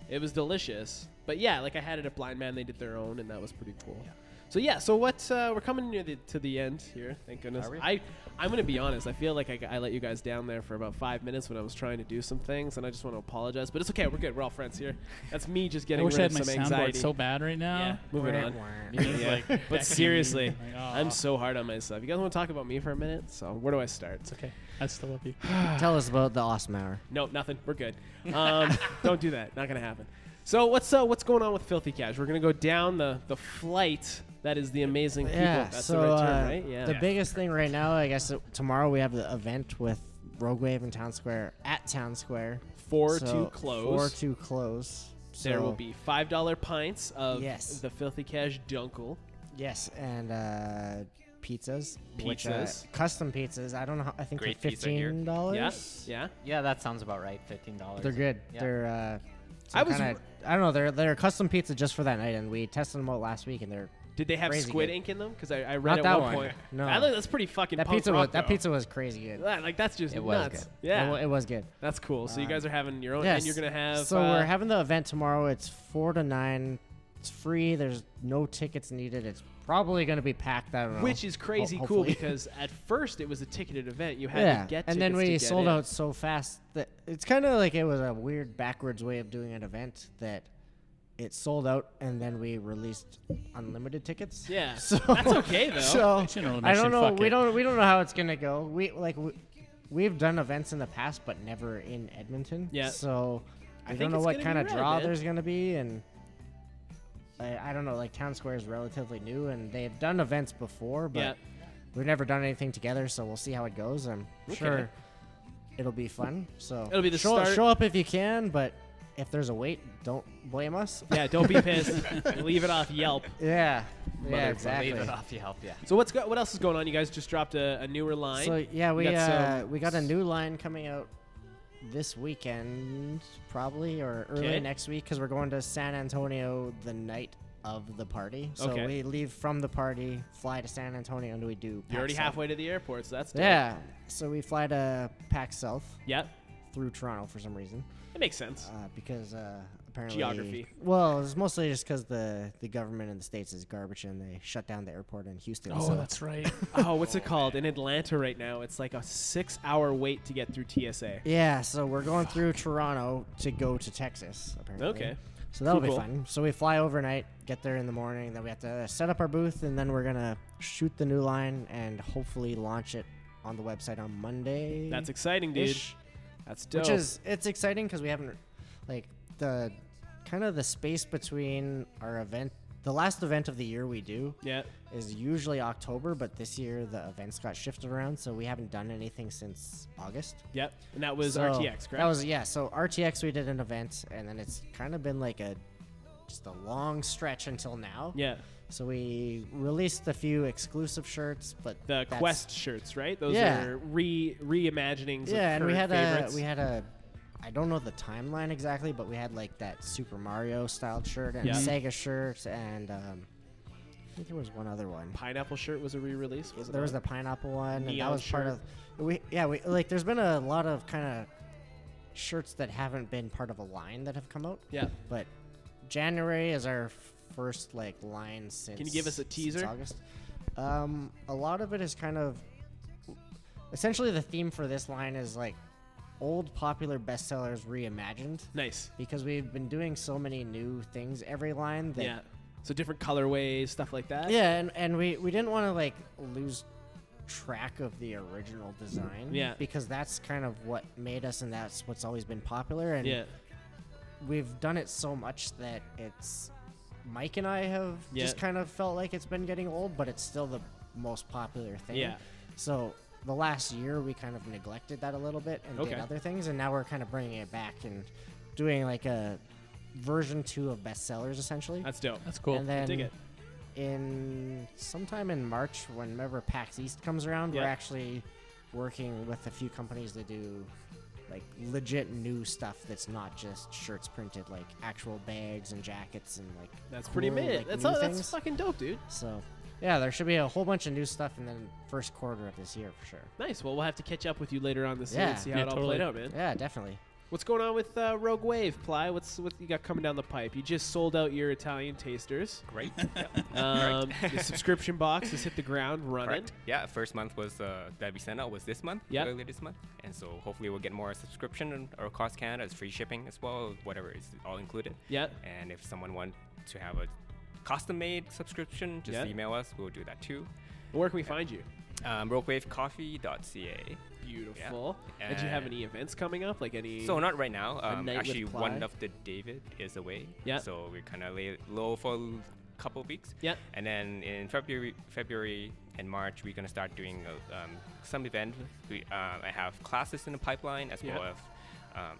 yeah. It was delicious. But yeah, like I had it at Blind Man. They did their own, and that was pretty cool. Yeah. So yeah, so what? Uh, we're coming near the to the end here. Thank goodness. Are we? I I'm gonna be honest. I feel like I, I let you guys down there for about five minutes when I was trying to do some things, and I just want to apologize. But it's okay. We're good. We're all friends here. That's me just I getting wish rid I had of my some soundboard anxiety. so bad right yeah, now. moving on. Yeah. but seriously, I'm so hard on myself. You guys want to talk about me for a minute? So where do I start? It's okay. I still love you. Tell us about the awesome hour. No, nothing. We're good. Um, don't do that. Not gonna happen. So what's uh, what's going on with Filthy Cash? We're gonna go down the the flight. That is the amazing people. Yeah, That's so the right term, uh, right? Yeah. the biggest thing right now, I guess, uh, tomorrow we have the event with Rogue Wave and Town Square at Town Square. four So, to close. Four to close. there will So, be five dollar pints of Yes. the Filthy Cash Dunkel. yes, and uh, pizzas. which, uh, Pizzas. custom pizzas. I don't know. How, I think Great they're pizza here. fifteen dollars. Yeah. Yeah. yeah, that sounds about right. Fifteen dollars. They're good. Yeah. They're. Uh, I was kind I don't know. They're they're a custom pizza just for that night, and we tested them out last week, and they're Did they have Crazy squid good. ink in them? Because I, I Not read that at one one. point. No. I like- that's pretty fucking. that punk pizza was rock, that though. pizza was crazy good. Yeah, Like that's just It was nuts. good. It, Yeah. wa- it was good. That's cool. So you guys are having your own, and you're gonna have. So uh, we're having the event tomorrow. It's four to nine. It's free. There's no tickets needed. It's probably going to be packed. I don't know. which is crazy Ho- cool hopefully. because at first it was a ticketed event. You had yeah. to get and then tickets to we get sold in. out so fast that it's kind of like it was a weird backwards way of doing an event that it sold out, and then we released unlimited tickets. Yeah. so That's okay, though. So It's an early I mission, don't know. fuck We it. don't. We don't know how it's gonna go. We like we, we've done events in the past, but never in Edmonton. Yeah. So I, think don't know it's what gonna kind of be rad, draw man. there's gonna be, and I, I don't know. Like Town Square is relatively new, and they've done events before, but Yeah. we've never done anything together. So we'll see how it goes. I'm sure it'll be fun. So It'll be the show, start- show up if you can, but if there's a wait, don't blame us. Yeah, don't be pissed. Leave it off Yelp. Yeah. Yeah, Motherfucker, exactly. Leave it off, you help, yeah. So what's go- what else is going on? You guys just dropped a, a newer line. So yeah, we got uh, some- we got a new line coming out this weekend, probably or early Okay. next week, because we're going to San Antonio the night of the party. So Okay. we leave from the party, fly to San Antonio, and we do. You're Pack already South. halfway to the airport, so that's dope. Yeah. So we fly to Pack South Yep. through Toronto for some reason, It makes sense. uh, because uh, apparently Geography. Well, it's mostly just because the the government in the states is garbage and they shut down the airport in Houston. so right. oh, what's it called? In Atlanta right now, it's like a six-hour wait to get through TSA. Yeah, so we're going through Toronto to go to Texas, apparently. Okay. So that'll Cool, be cool. fun. So we fly overnight, get there in the morning, then we have to set up our booth, and then we're going to shoot the new line and hopefully launch it on the website on Monday. That's exciting, dude. Ish. That's dope. Which is, it's exciting because we haven't, like, the kind of the space between our event, the last event of the year we do yeah. is usually October, but this year the events got shifted around, so we haven't done anything since August. Yep. And that was So, RTX, correct? That was yeah. So RTX we did an event, and then it's kind of been like a just a long stretch until now. yeah. So we released a few exclusive shirts, but The that's- Quest shirts, right? Those Yeah. are re reimaginings. of Yeah, and we had current favorites. a we had a I don't know the timeline exactly, but we had like that Super Mario styled shirt and Yeah. Sega shirt, and um, I think there was one other one. pineapple shirt was a re-release. Was there was the pineapple one, and that Neon was part shirt. of we yeah we like. There's been a lot of kind of shirts that haven't been part of a line that have come out. Yeah. but January is our first like line since. you give us a since teaser? August. Um, a lot of it is kind of essentially the theme for this line is like old popular bestsellers reimagined nice. because we've been doing so many new things every line that Yeah. So different colorways, stuff like that. yeah, and, and we, we didn't want to like lose track of the original design. Yeah. Because that's kind of what made us and that's what's always been popular and Yeah. we've done it so much that it's Mike and I have just Yeah. kind of felt like it's been getting old, but it's still the most popular thing. Yeah. So the last year we kind of neglected that a little bit and Okay. did other things, and now we're kind of bringing it back and doing like a version two of bestsellers essentially. That's dope. That's cool. And then dig it. in sometime in March, whenever PAX East comes around, Yeah. we're actually working with a few companies that do like legit new stuff that's not just shirts printed, like actual bags and jackets and like That's pretty cool, mid. like, that's new all, that's things. fucking dope, dude. so yeah, there should be a whole bunch of new stuff in the first quarter of this year for sure. Nice. Well, we'll have to catch up with you later on this year Yeah. and see how Yeah, it all totally. played out, man. Yeah, definitely. What's going on with uh, Rogue Wave, Ply? What's what you got coming down the pipe? You just sold out your Italian tasters. Great. Um, the subscription box has hit the ground running. Correct. Yeah, first month was uh, that we sent out was this month, Yeah. earlier this month, and so hopefully we'll get more subscription and- or across Canada. It's free shipping as well, whatever is all included. Yeah. And if someone wants to have a custom-made subscription, just Yeah. email us. We'll do that too. Where can we find you? Um, RogueWaveCoffee.ca. Beautiful. And do you have And- any events coming up? Like any? So not right now. A Um, night with actually, Ply. one of the David is away. Yeah. So we're kind of lay low for a couple of weeks. Yeah. And then in February, February and March, we're gonna start doing uh, um, some event. We, um, I have classes in the pipeline as Yeah. well as um,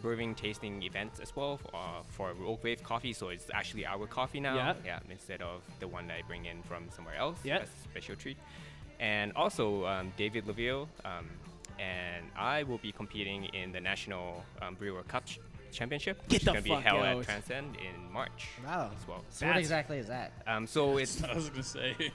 brewing tasting events as well for, uh, for Rogue Wave Coffee. So it's actually our coffee now. Yeah. Instead of the one that I bring in from somewhere else. Yeah. That's a special treat. And also um, David Laville um, and I will be competing in the National um, Brewer Cup ch- Championship, which is the gonna be fuck held out. at Transcend in March Wow. as well. So what exactly is that? Um, so it's I was gonna say.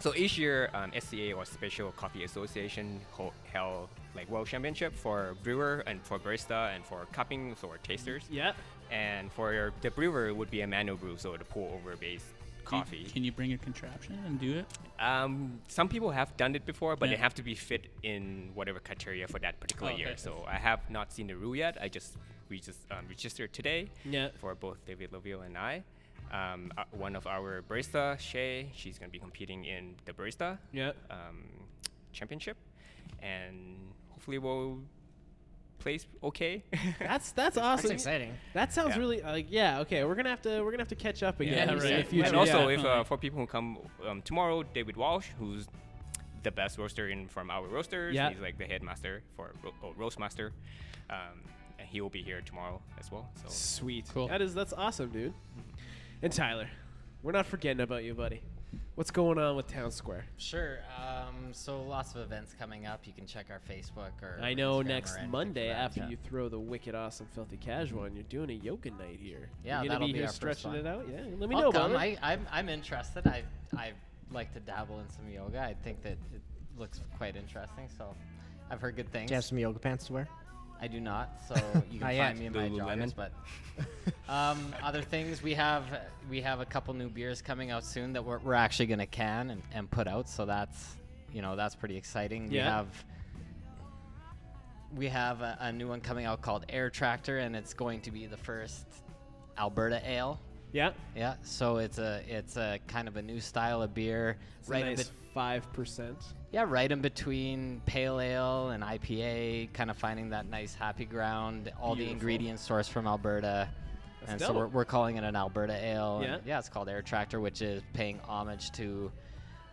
so each year, um, SCA or Special Coffee Association ho- held like world championship for brewer and for barista and for cupping or tasters. Yeah. And for your, the brewer, it would be a manual brew, so the pour over based coffee. Can you bring a contraption and do it? Um, some people have done it before, but they Yeah. have to be fit in whatever criteria for that particular Oh, okay. year. So I have not seen the rule yet. I just we just um, registered today Yeah. for both David Lovio and I. Um, uh, one of our barista, Shay, she's going to be competing in the barista Yeah. um, championship, and hopefully we'll place okay. That's that's awesome. That's exciting. That sounds Yeah. really like yeah. Okay, we're gonna have to we're gonna have to catch up again Yeah, right. in the future. Mm-hmm. And also, yeah. if uh, for people who come um, tomorrow, David Walsh, who's the best roaster in from our roasters, Yeah. he's like the headmaster for ro- oh, roast master. Um, and he will be here tomorrow as well. So uh, Sweet. Cool. That is that's awesome, dude. And Tyler, we're not forgetting about you, buddy. What's going on with Town Square? Sure. Um, so lots of events coming up. You can check our Facebook or I know Instagram or next anything for Monday that, after yeah. you throw the wicked awesome filthy casual and you're doing a yoga night here. Yeah, you gonna that'll be be here our first stretching one. it out. Yeah, let me I'll know come. about it. I, I'm, I'm interested. I I like to dabble in some yoga. I think that it looks quite interesting. So I've heard good things. Do you have some yoga pants to wear? I do not. So you Not can yet. find me in my Lululemon. joggers. But um, other things we have we have a couple new beers coming out soon that we're, we're actually going to can and, and put out. So that's you know that's pretty exciting. We Yeah. have we have a, a new one coming out called Air Tractor, and it's going to be the first Alberta ale. yeah, Yeah, so it's a it's a kind of a new style of beer, it's right? a in nice bet- five percent. yeah, right in between pale ale and IPA, kind of finding that nice happy ground. All the Beautiful. ingredients sourced from Alberta, That's and dope. so we're, we're calling it an Alberta ale. and Yeah. yeah, it's called Air Tractor, which is paying homage to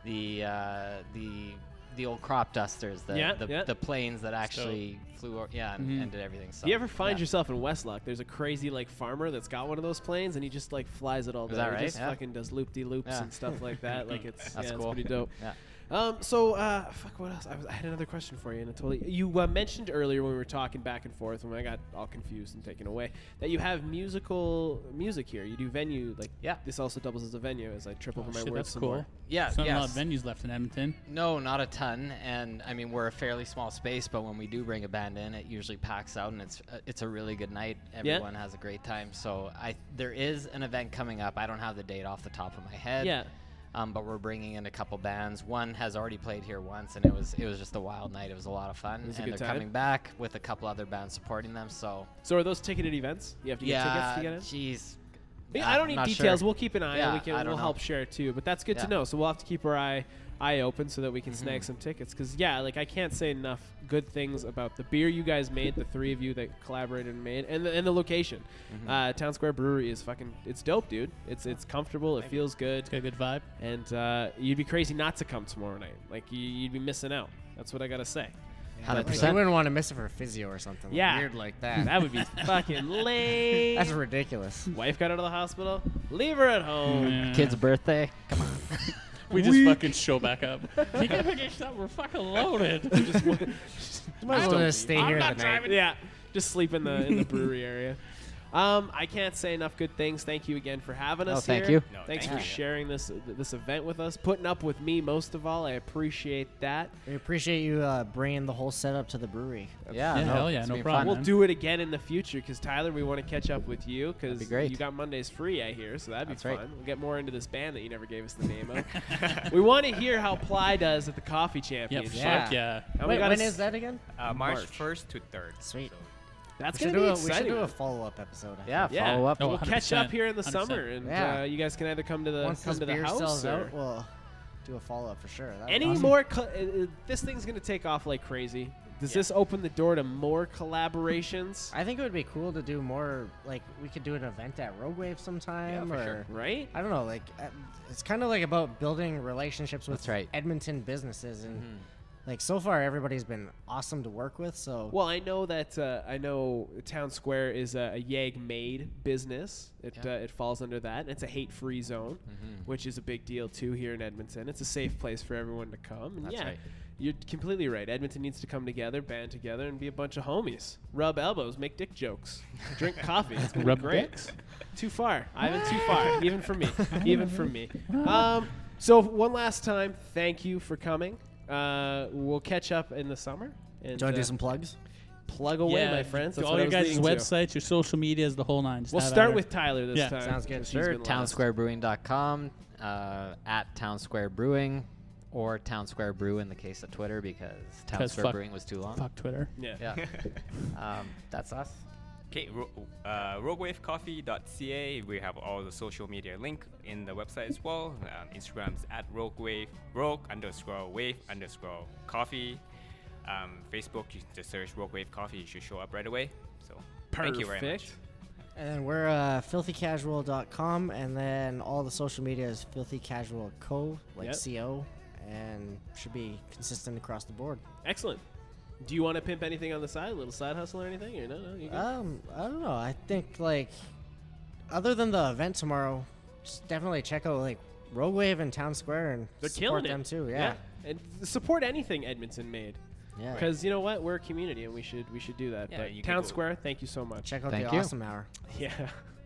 the uh, the the old crop dusters, the Yeah, the, yeah. Mm-hmm. the planes that actually flew, o- yeah, and, and did everything. So Do you ever find yeah. yourself in Westlock? There's a crazy like farmer that's got one of those planes and he just like flies it all day. Is that He right? just Yeah. fucking does loop de loops Yeah. and stuff like that. Like it's That's yeah, it's cool. pretty dope. Yeah. Um, so uh, fuck. What else? I, was, I had another question for you, and I totally. You uh, mentioned earlier when we were talking back and forth, when I got all confused and taken away, that you have musical music here. You do venue like. Yeah. Oh, This also doubles as a venue as I trip over my Shit, words. that's some cool. more. Yeah, There's not a lot of yes. venues left in Edmonton. No, not a ton, and I mean we're a fairly small space, but when we do bring a band in, it usually packs out, and it's uh, it's a really good night. Everyone has a great time. So I there is an event coming up. I don't have the date off the top of my head. Yeah. Um, but we're bringing in a couple bands. One has already played here once, and it was it was just a wild night. It was a lot of fun, was a and good they're time. coming back with a couple other bands supporting them. So So are those ticketed events? You have to get yeah, tickets to get in. jeez, Yeah, I I'm don't need not sure. details. We'll keep an eye. Yeah, on we can, I don't we'll help know. share it too. But that's good to Yeah. Mm-hmm. know. So we'll have to keep our eye eye open so that we can snag some tickets. Because yeah, like I can't say enough good things about the beer you guys made, the three of you that collaborated and made, and the, and the location. Mm-hmm. Uh, Town Square Brewery is fucking. It's dope, dude. It's it's comfortable. It feels good. It's got a good vibe. And uh, you'd be crazy not to come tomorrow night. Like you, you'd be missing out. That's what I gotta say. hundred Like, you percent. wouldn't want to miss it for physio or something. like, Yeah. Weird like that. That would be fucking lame. That's ridiculous. Wife got out of the hospital. Leave her at home. Yeah. Kid's birthday. Come on. We just fucking show back up. you can finish that. We're fucking loaded. Might as well just stay I'm here not the night. yeah, just sleep in the in the brewery area. Um, I can't say enough good things. Thank you again for having us. Oh, thank here. you. No, Thanks thank for you. sharing this this event with us, putting up with me most of all. I appreciate that. We appreciate you uh, bringing the whole setup to the brewery. Yeah, Yeah, no, hell yeah, it's no been problem. fun. We'll do it again in the future because Tyler, we want to catch up with you because be great. you got Mondays free. I hear, so that'd That's be right. fun. We'll get more into this band that you never gave us the name of. we want to hear how Ply does at the Coffee yeah, Championship. fuck yeah. And we Wait, gotta when s- is that again? uh, March March. first to third. Sweet. That's we gonna be should do a, we exciting. should do a follow-up episode. I Yeah, think. Yeah. follow up. Oh, we'll catch up 100%, here in the summer, 100%. and Yeah. uh, you guys can either come to the Once come this to the beer house sells or out, we'll do a follow-up for sure. That any more. Co- uh, uh, this thing's gonna take off like crazy. Does this open the door to more collaborations? I think it would be cool to do more. Like we could do an event at Rogue Wave sometime, for or sure. right? I don't know. Like uh, it's kind of like about building relationships with That's right. Edmonton businesses, and Mm-hmm. like so far everybody's been awesome to work with. So Well, I know that uh, I know Town Square is a, a Yag made business. It Yeah. Mm-hmm. uh, it falls under that, and it's a hate free zone, which is a big deal too here in Edmonton. It's a safe place for everyone to come. And That's yeah, right. you're completely right. Edmonton needs to come together, band together, and be a bunch of homies. Rub elbows, make dick jokes, drink coffee. It's gonna Rub be great. dicks? Too far, Ivan. Too far, even for me, even for me. Um, so one last time, thank you for coming. Uh, we'll catch up in the summer. And, do I uh, do some plugs? plug away, Yeah, my friends. That's all what your I was guys' leading to. websites, your social medias, the whole nine. Just We'll have at start her. with Tyler this Yeah. time. Sounds good. 'cause he's Sure, been last. townsquarebrewing.com, uh, at Town Square Brewing, or Town Square Brew in the case of Twitter because Town 'Cause Square fuck- Brewing was too long. Fuck Twitter. Yeah. Yeah, um, that's us. Okay, ro- uh, roguewavecoffee.ca. We have all the social media link in the website as well. Um, Instagram's at roguewave, rogue underscore wave underscore coffee. Um, Facebook, you just search Rogue Wave Coffee. You should show up right away. So thank you very much. Perfect. And then we're uh, filthycasual.com, and then all the social media is Filthy Casual Co, like Yep. CO, and should be consistent across the board. Excellent. Do you want to pimp anything on the side, a little side hustle or anything? Or no, no, you good? Um, I don't know. I think like, other than the event tomorrow, just definitely check out like Rogue Wave and Town Square and They're support killing them it. too. Yeah, and support anything Edmonton made yeah. because you know what, we're a community and we should we should do that. Yeah, but you Town could go- Square, thank you so much. Check out Thank the you. Awesome Hour. Yeah,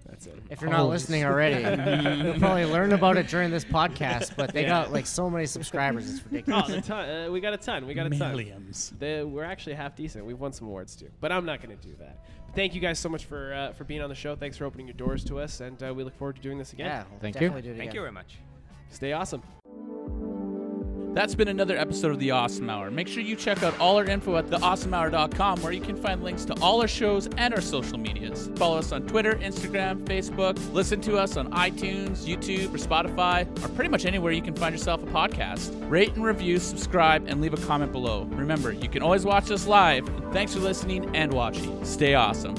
that's it. If you're not listening already, you'll probably learn about it during this podcast. But they Yeah. got like so many subscribers, it's oh, ridiculous. the ton. Uh, we got a ton. We got a ton. Millions. They, we're actually half decent. We've won some awards too, but I'm not going to do that. Thank you guys so much for uh, for being on the show. Thanks for opening your doors to us, and uh, we look forward to doing this again. yeah, we'll Thank you. definitely do it Thank again. you very much. Stay awesome. That's been another episode of The Awesome Hour. Make sure you check out all our info at theawesomehour.com where you can find links to all our shows and our social medias. Follow us on Twitter, Instagram, Facebook. Listen to us on iTunes, YouTube, or Spotify, or pretty much anywhere you can find yourself a podcast. Rate and review, subscribe, and leave a comment below. Remember, you can always watch us live. Thanks for listening and watching. Stay awesome.